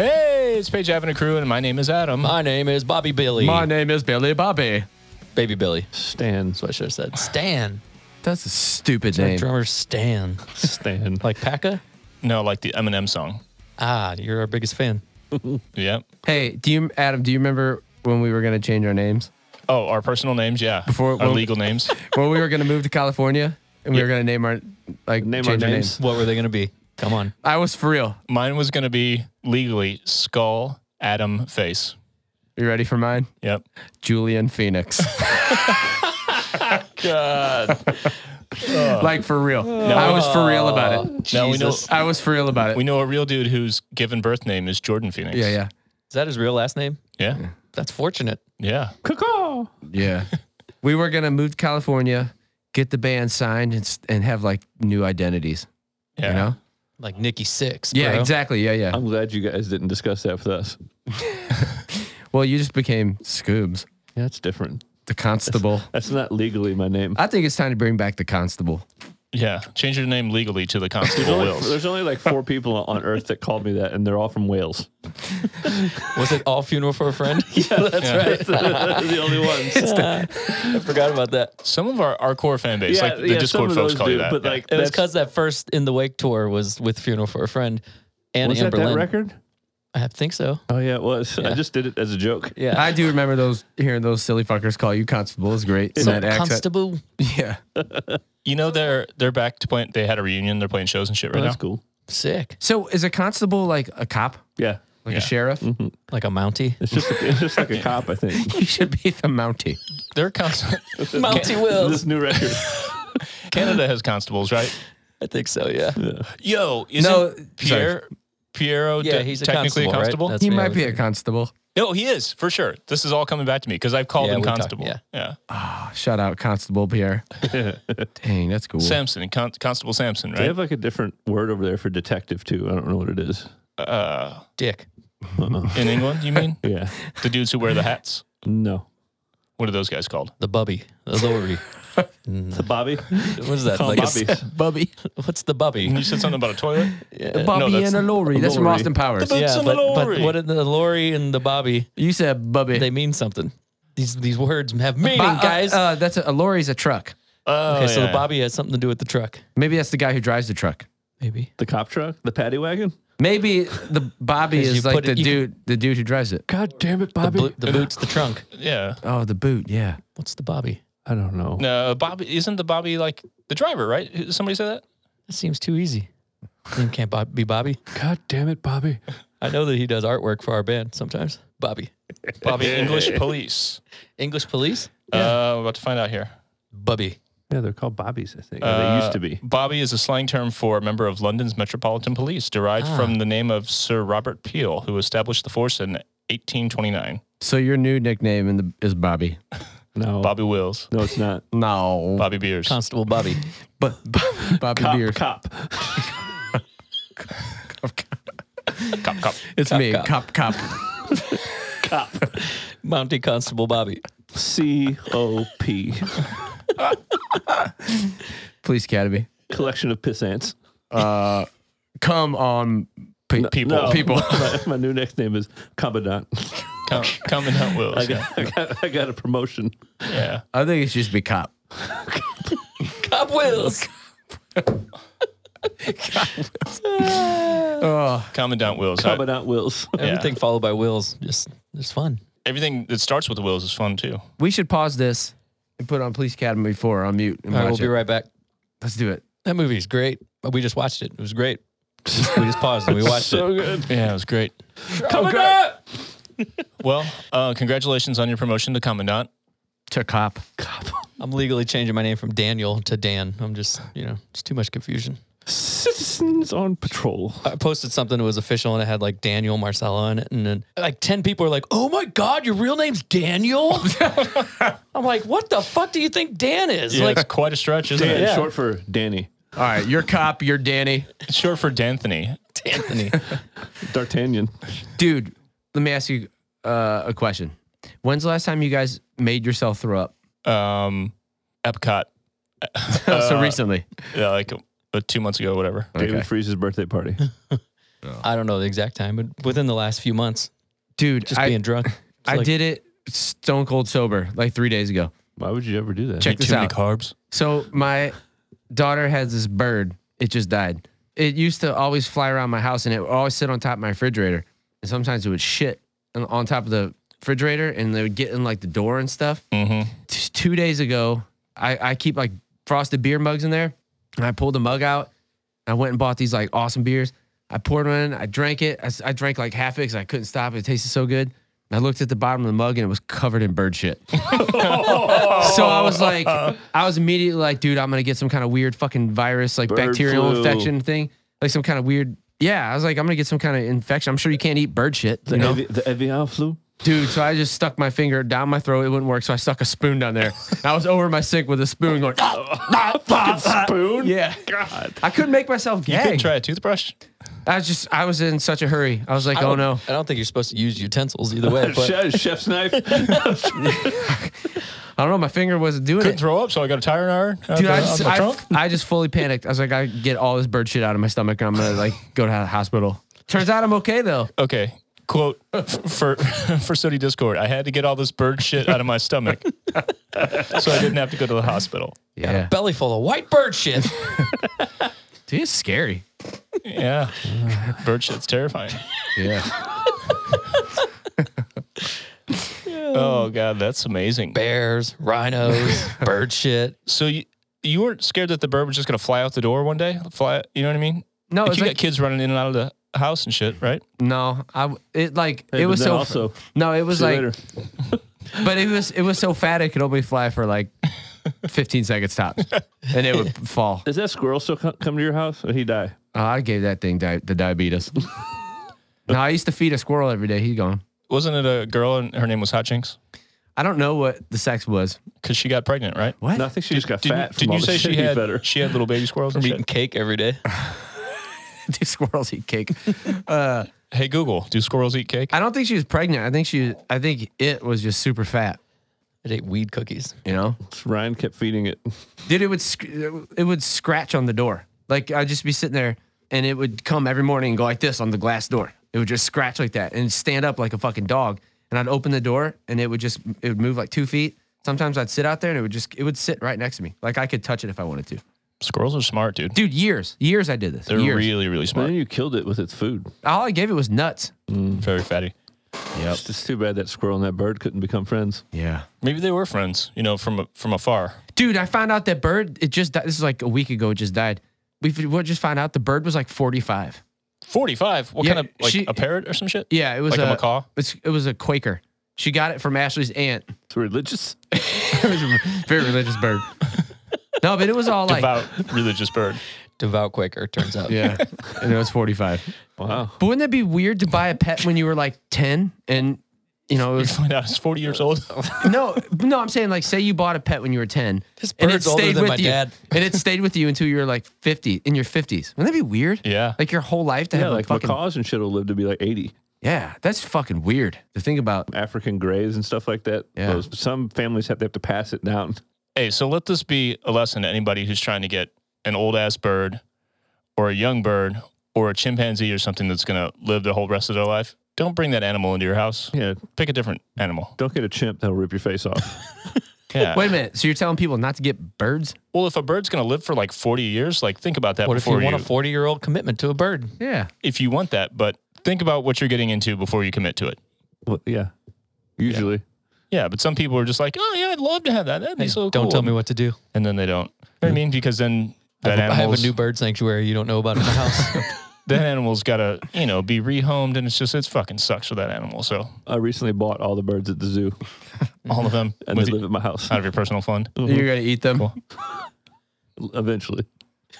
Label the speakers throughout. Speaker 1: It's Page Avenue Crew, and my name is Adam.
Speaker 2: My name is Bobby Billy.
Speaker 3: My name is Billy Bobby.
Speaker 2: Baby Billy.
Speaker 3: Stan.
Speaker 2: That's what I should have said. Stan.
Speaker 3: That's a stupid
Speaker 2: Our
Speaker 3: name.
Speaker 2: drummer Stan.
Speaker 3: Stan.
Speaker 2: Like Paka?
Speaker 1: No, like the Eminem song.
Speaker 2: Ah, you're our biggest fan.
Speaker 1: Yep.
Speaker 3: Hey, do you, Adam? Do you remember when we were gonna change our names?
Speaker 1: Oh, our personal names, yeah.
Speaker 3: Before-
Speaker 1: our
Speaker 3: well-
Speaker 1: legal names.
Speaker 3: When we were gonna move to California and we were gonna name our like
Speaker 4: Name our
Speaker 3: change our
Speaker 4: names.
Speaker 3: names.
Speaker 2: What were they going to be? Come on.
Speaker 3: I was for real.
Speaker 1: Mine was gonna be legally Skull Adam Face.
Speaker 3: You ready for mine?
Speaker 1: Yep.
Speaker 3: Julian Phoenix.
Speaker 2: God.
Speaker 3: like for real. I was for real about it.
Speaker 1: Now we know
Speaker 2: Jesus.
Speaker 3: I was for real about it.
Speaker 1: we know a real dude whose given birth name is Jordan Phoenix.
Speaker 3: yeah, yeah,
Speaker 2: Is that his real last name?
Speaker 1: Yeah.
Speaker 2: That's fortunate.
Speaker 1: Yeah.
Speaker 3: yeah. we were gonna move to California, get the band signed, and, s- and have like new identities.
Speaker 1: Yeah.
Speaker 3: You know?
Speaker 2: Like Nikki Six.
Speaker 3: Yeah,
Speaker 2: bro.
Speaker 3: exactly. Yeah, yeah.
Speaker 4: I'm glad you guys didn't discuss that with us.
Speaker 3: Well, you just became Scoobs,
Speaker 4: Yeah, it's different.
Speaker 3: the constable.
Speaker 4: That's not legally my name.
Speaker 3: I think it's time to bring back the constable.
Speaker 1: Yeah. Change your name legally to the
Speaker 4: There's
Speaker 1: Constable
Speaker 4: only,
Speaker 1: Wills.
Speaker 4: there's only like four people on Earth that called me that, and they're all from Wales.
Speaker 2: Was it All Funeral for a Friend? yeah, that's right.
Speaker 4: the only ones.
Speaker 2: I forgot about that.
Speaker 1: Some of our, our core fan base, like the
Speaker 4: some
Speaker 1: Discord
Speaker 4: of
Speaker 1: folks
Speaker 4: those
Speaker 1: call you
Speaker 4: do,
Speaker 1: that.
Speaker 4: But
Speaker 1: yeah.
Speaker 4: like,
Speaker 2: It was
Speaker 4: that's-
Speaker 2: because that first In the Wake tour was with Funeral for a Friend and
Speaker 4: was that
Speaker 2: Amber
Speaker 4: that
Speaker 2: Lynn.
Speaker 4: record?
Speaker 2: I think so.
Speaker 4: Oh yeah, it was. I just did it as a joke.
Speaker 2: Yeah.
Speaker 3: I do remember those hearing those silly fuckers call you constable is great. in
Speaker 2: So
Speaker 3: that accent.
Speaker 2: Constable.
Speaker 3: Yeah.
Speaker 1: you know they're they're back to playing they had a reunion, they're playing shows and shit right
Speaker 4: Oh,
Speaker 1: now.
Speaker 4: that's cool.
Speaker 2: Sick.
Speaker 3: So is a constable like a cop,
Speaker 4: Yeah,
Speaker 3: like
Speaker 1: Yeah.
Speaker 3: a sheriff?
Speaker 2: Like a Mountie.
Speaker 4: it's just it's just like a cop. I think
Speaker 3: You should be the Mountie.
Speaker 1: They're constant
Speaker 2: Mountie Wills.
Speaker 4: this new record.
Speaker 1: Canada has constables, right?
Speaker 2: I think so, yeah.
Speaker 1: Yo, isn't
Speaker 3: No,
Speaker 1: Pierre Piero
Speaker 2: Yeah,
Speaker 1: de-
Speaker 2: he's a
Speaker 1: technically
Speaker 2: constable, right?
Speaker 1: a constable?
Speaker 2: That's-
Speaker 3: He
Speaker 2: Yeah,
Speaker 3: might
Speaker 2: we
Speaker 3: be a
Speaker 2: think-
Speaker 3: constable.
Speaker 1: No, he is for sure. This is all coming back to me because I've called
Speaker 2: Yeah,
Speaker 1: him
Speaker 2: we talked-
Speaker 1: constable.
Speaker 2: yeah.
Speaker 1: yeah.
Speaker 3: Ah, Shout out Constable Pierre. Dang, that's cool.
Speaker 1: Samson, Con- Constable Samson,
Speaker 4: They
Speaker 1: right?
Speaker 4: have like a different word over there for detective too. I don't know what it is.
Speaker 1: Uh,
Speaker 2: Dick.
Speaker 1: in England, you mean
Speaker 4: Yeah,
Speaker 1: the dudes who wear the hats?
Speaker 4: no,
Speaker 1: What are those guys called?
Speaker 2: The Bubby. The Lowry.
Speaker 4: it's a Bobby.
Speaker 2: What is that?
Speaker 4: Call
Speaker 2: Like a-
Speaker 4: Bobby.
Speaker 3: Bubby.
Speaker 2: what's the Bubby?
Speaker 1: You said something about a toilet.
Speaker 3: Bobby
Speaker 1: that's-
Speaker 3: and a lorry. That's from
Speaker 4: lorry.
Speaker 3: Austin Powers.
Speaker 1: The- It's
Speaker 2: yeah,
Speaker 1: in
Speaker 2: but, but
Speaker 1: lorry.
Speaker 2: what are the lorry and the Bobby?
Speaker 3: You said Bubby.
Speaker 2: They mean something. These these words have meaning,
Speaker 3: Bo- uh,
Speaker 2: guys.
Speaker 3: Uh, that's a, a lorry's a truck.
Speaker 1: Oh,
Speaker 2: okay, so
Speaker 1: yeah.
Speaker 2: the Bobby has something to do with the truck,
Speaker 3: Maybe that's the guy who drives the truck.
Speaker 2: maybe.
Speaker 4: The cop truck, the paddy wagon.
Speaker 3: Maybe the Bobby
Speaker 2: 'Cause you
Speaker 3: is like
Speaker 2: put it-
Speaker 3: the
Speaker 2: you can-
Speaker 3: dude, the dude who drives it.
Speaker 4: God damn it,
Speaker 2: The,
Speaker 4: Bobby.
Speaker 2: bo- the boot's the trunk.
Speaker 1: Yeah.
Speaker 3: Oh, the boot. Yeah.
Speaker 2: What's the Bobby?
Speaker 4: I don't know.
Speaker 1: No, Bobby isn't the Bobby like the driver, right? Who- Somebody said that.
Speaker 2: That seems too easy. Name can't Bob- be Bobby.
Speaker 4: God damn it, Bobby.
Speaker 2: I know that he does artwork for our band sometimes. Bobby,
Speaker 1: Bobby English Police.
Speaker 2: English police,
Speaker 1: Uh, we're about to find out here.
Speaker 2: Bubby.
Speaker 4: Yeah, they're called Bobbies. I think or
Speaker 1: Uh,
Speaker 4: they used to be.
Speaker 1: Bobby is a slang term for a member of London's Metropolitan Police, derived from the name of Sir Robert Peel, who established the force in 1829.
Speaker 3: So your new nickname in the, is Bobby.
Speaker 4: No,
Speaker 1: Bobby Wills,
Speaker 4: no, it's not.
Speaker 3: No.
Speaker 1: Bobby Beers.
Speaker 2: Constable Bobby.
Speaker 3: But Bobby
Speaker 4: Cop,
Speaker 3: Beard.
Speaker 4: cop.
Speaker 1: Cop, cop.
Speaker 3: It's me, cop, cop.
Speaker 2: Mountie Constable Bobby.
Speaker 4: C O P.
Speaker 3: Police Academy.
Speaker 4: Collection of pissants.
Speaker 3: Come on, pe-
Speaker 1: People.
Speaker 4: No.
Speaker 3: people.
Speaker 4: my, my new next name is Commandant.
Speaker 1: Com- Commandant Wills.
Speaker 4: I got, I got, I got a promotion.
Speaker 1: Yeah.
Speaker 3: I think it should just be cop.
Speaker 2: Cop Wills.
Speaker 3: Oh,
Speaker 1: Commandant Wills. I-
Speaker 4: Commandant Wills.
Speaker 2: Everything followed by Wills. Just, just fun.
Speaker 1: everything that starts with Wills is fun too.
Speaker 3: we should pause this and put on Police Academy 4 on mute and
Speaker 2: All right,
Speaker 3: watch
Speaker 2: we'll be
Speaker 3: it.
Speaker 2: right back.
Speaker 3: Let's do it.
Speaker 2: That movie is great. We just watched it. It was great. we just paused and we watched
Speaker 4: So
Speaker 2: it.
Speaker 4: good.
Speaker 1: Yeah, it was great.
Speaker 4: Commandant!
Speaker 1: Well, uh, congratulations on your promotion to Commandant.
Speaker 3: To cop.
Speaker 2: I'm legally changing my name from Daniel to Dan. I'm just, you know, it's too much confusion.
Speaker 4: Citizens on patrol.
Speaker 2: I posted something that was official and it had like Daniel Marcella in it. And then like 10 people were like, oh my God, your real name's Daniel? I'm like, what the fuck do you think Dan is?
Speaker 1: Yeah,
Speaker 2: Like,
Speaker 1: it's quite a stretch, isn't
Speaker 4: Dan,
Speaker 1: it?
Speaker 4: short for Danny.
Speaker 3: All right, you're cop, you're Danny.
Speaker 1: It's short for D'Anthony.
Speaker 2: Anthony.
Speaker 4: D'Artagnan.
Speaker 3: Dude, let me ask you uh, a question. When's the last time you guys made yourself throw up?
Speaker 1: Um, Epcot,
Speaker 3: so recently.
Speaker 1: yeah, like uh, two months ago, whatever.
Speaker 4: David Freeze's birthday party.
Speaker 2: I don't know the exact time, but within the last few months,
Speaker 3: dude.
Speaker 2: just
Speaker 3: I,
Speaker 2: being drunk. It's
Speaker 3: I
Speaker 2: like,
Speaker 3: did it stone cold sober like three days ago.
Speaker 4: Why would you ever do that?
Speaker 3: Check
Speaker 1: Eat
Speaker 3: this
Speaker 1: too many
Speaker 3: out.
Speaker 1: carbs.
Speaker 3: So my daughter has this bird. It just died. It used to always fly around my house, and it would always sit on top of my refrigerator. And sometimes it would shit on- on top of the refrigerator, and they would get in like the door and stuff.
Speaker 1: Mm-hmm.
Speaker 3: T- Two days ago, I, I keep like frosted beer mugs in there, and I pulled a mug out. I went and bought these like awesome beers. I poured one in. I drank it. I, s- I drank like half it because I couldn't stop it. It tasted so good. And I looked at the bottom of the mug and it was covered in bird shit. so I was like, I was immediately like, dude, I'm gonna get some kind of weird fucking virus, like
Speaker 4: Bird
Speaker 3: bacterial
Speaker 4: flu.
Speaker 3: infection thing, like some kind of weird. Yeah, I was like, I'm gonna get some kind of infection. I'm sure you can't eat bird shit, you know,
Speaker 4: avi- the avian flu.
Speaker 3: dude. So I just stuck my finger down my throat. It wouldn't work, so I stuck a spoon down there. I was over my sink with a spoon going.
Speaker 4: Spoon.
Speaker 3: Yeah,
Speaker 4: God.
Speaker 3: I couldn't make myself
Speaker 1: You could
Speaker 3: gag.
Speaker 1: try a toothbrush.
Speaker 3: I was just, I was in such a hurry. I was like,
Speaker 2: I
Speaker 3: oh
Speaker 2: don't-
Speaker 3: no.
Speaker 2: I don't think you're supposed to use utensils either way. But
Speaker 4: Chef- chef's knife.
Speaker 3: I don't know. My finger wasn't doing
Speaker 1: Couldn't
Speaker 3: it.
Speaker 1: throw up, so I got a tire iron out
Speaker 3: Dude,
Speaker 1: the-
Speaker 3: I
Speaker 1: out
Speaker 3: just,
Speaker 1: my
Speaker 3: I,
Speaker 1: trunk.
Speaker 3: I just fully panicked. I was like, I get all this bird shit out of my stomach, and I'm gonna like go to the hospital. Turns out I'm okay though.
Speaker 1: Okay. Quote f- for for Sody Discord. I had to get all this bird shit out of my stomach, so I didn't have to go to the hospital.
Speaker 3: Yeah,
Speaker 2: belly full of white bird shit.
Speaker 3: dude, it's scary.
Speaker 1: Yeah, bird shit's terrifying.
Speaker 3: Yeah,
Speaker 1: Oh god, that's amazing.
Speaker 2: Bears, rhinos, bird shit.
Speaker 1: So you you weren't scared that the bird was just gonna fly out the door one day? Fly, you know what I mean?
Speaker 4: Oh,
Speaker 3: no,
Speaker 1: Like,
Speaker 3: it's
Speaker 1: you
Speaker 3: like
Speaker 1: got kids running in and out of the house and shit, right?
Speaker 3: no, I w- it like
Speaker 4: Hey,
Speaker 3: it
Speaker 4: but
Speaker 3: was
Speaker 4: then
Speaker 3: so
Speaker 4: also-
Speaker 3: no, it was
Speaker 4: See you
Speaker 3: like,
Speaker 4: later.
Speaker 3: but it was it was so fat it could only fly for like 15 seconds tops, and it would fall.
Speaker 4: Does that squirrel still co- come to your house or he die?
Speaker 3: Oh, I gave that thing di- the diabetes. no, I used to feed a squirrel every day. He's gone.
Speaker 1: Wasn't it a girl and her name was Hot Chinks?
Speaker 3: I don't know what the sex was.
Speaker 1: Because she got pregnant, right?
Speaker 3: What?
Speaker 4: No, I think she just got fat.
Speaker 1: Didn't,
Speaker 4: from
Speaker 1: didn't
Speaker 4: all
Speaker 1: you
Speaker 4: the
Speaker 1: say
Speaker 4: shit
Speaker 1: she
Speaker 4: you
Speaker 1: had
Speaker 4: fed her.
Speaker 1: she had little baby squirrels and
Speaker 2: I'm
Speaker 1: shit?
Speaker 2: eating cake every day.
Speaker 3: Do squirrels eat cake?
Speaker 1: Hey Google, do squirrels eat cake?
Speaker 3: I don't think she was pregnant. I think she. I think it was just super fat.
Speaker 2: I ate weed cookies.
Speaker 3: You know,
Speaker 4: Ryan kept feeding it.
Speaker 3: dude, it would sc- it would scratch on the door. Like I'd just be sitting there, and it would come every morning and go like this on the glass door. It would just scratch like that and stand up like a fucking dog. And I'd open the door, and it would just it would move like two feet. Sometimes I'd sit out there, and it would just it would sit right next to me. Like I could touch it if I wanted to.
Speaker 1: squirrels are smart, dude.
Speaker 3: Dude, years, years I did this.
Speaker 1: They're
Speaker 3: years.
Speaker 1: really, really
Speaker 4: But
Speaker 1: smart.
Speaker 4: then you killed it with its food.
Speaker 3: All I gave it was nuts.
Speaker 1: Very fatty.
Speaker 4: It's just too bad that squirrel and that bird couldn't become friends.
Speaker 3: Yeah.
Speaker 1: Maybe they were friends, you know, from from afar.
Speaker 3: Dude, I found out that bird, it just died. This is like a week ago, it just died. We f- we just found out the bird was like 45.
Speaker 1: Forty-five. What
Speaker 3: Yeah,
Speaker 1: kind of like
Speaker 3: she-
Speaker 1: a parrot or some shit?
Speaker 3: Yeah, it was
Speaker 1: Like a macaw?
Speaker 3: It's, it was a Quaker. She got it from Ashley's aunt.
Speaker 4: It's religious.
Speaker 3: It was a very religious bird. No, but it was all like,
Speaker 1: Devout religious bird.
Speaker 2: Devout Quaker, turns out.
Speaker 3: yeah, and it was 45.
Speaker 4: Wow.
Speaker 3: But wouldn't that be weird to buy a pet when you were like 10 and, you know, it was,
Speaker 1: Find out it's forty years old.
Speaker 3: no, no, I'm saying like, say you bought a pet when you were 10
Speaker 2: This bird's older than my
Speaker 3: you,
Speaker 2: dad.
Speaker 3: and it stayed with you until you were like 50 in your 50s. Wouldn't that be weird?
Speaker 1: Yeah.
Speaker 3: Like your whole life to
Speaker 4: Yeah,
Speaker 3: have
Speaker 4: like
Speaker 3: a fucking
Speaker 4: macaws and shit will live to be like 80.
Speaker 3: Yeah, that's fucking weird to think about.
Speaker 4: African grays and stuff like that.
Speaker 3: Yeah.
Speaker 4: Those, some families have to have to pass it down.
Speaker 1: Hey, so let this be a lesson to anybody who's trying to get an old ass bird or a young bird or a chimpanzee or something that's going to live the whole rest of their life. Don't bring that animal into your house.
Speaker 4: Yeah.
Speaker 1: Pick a different animal.
Speaker 4: Don't get a chimp that'll rip your face off.
Speaker 1: Yeah.
Speaker 3: Wait a minute. So you're telling people not to get birds?
Speaker 1: Well, if a bird's going to live for like 40 years, like think about that
Speaker 2: What if you
Speaker 1: before
Speaker 2: want a 40 year old commitment to a bird?
Speaker 3: Yeah.
Speaker 1: if you want that, but think about what you're getting into before you commit to it.
Speaker 4: Well, yeah. Usually.
Speaker 1: Yeah, but some people are just like, "Oh yeah, I'd love to have that. That'd be so cool."
Speaker 2: Don't tell me what to do.
Speaker 1: And then they don't. You know what I mean, because then
Speaker 2: I
Speaker 1: that
Speaker 2: have, a- I have a
Speaker 1: animal's
Speaker 2: new bird sanctuary you don't know about in my house.
Speaker 1: that animal's got to you know be rehomed, and it's just it's fucking sucks for that animal. So
Speaker 4: I recently bought all the birds at the zoo
Speaker 1: all of them
Speaker 4: and
Speaker 1: with
Speaker 4: they live at my house
Speaker 1: out of your personal fund.
Speaker 3: You're gonna eat them.
Speaker 4: eventually.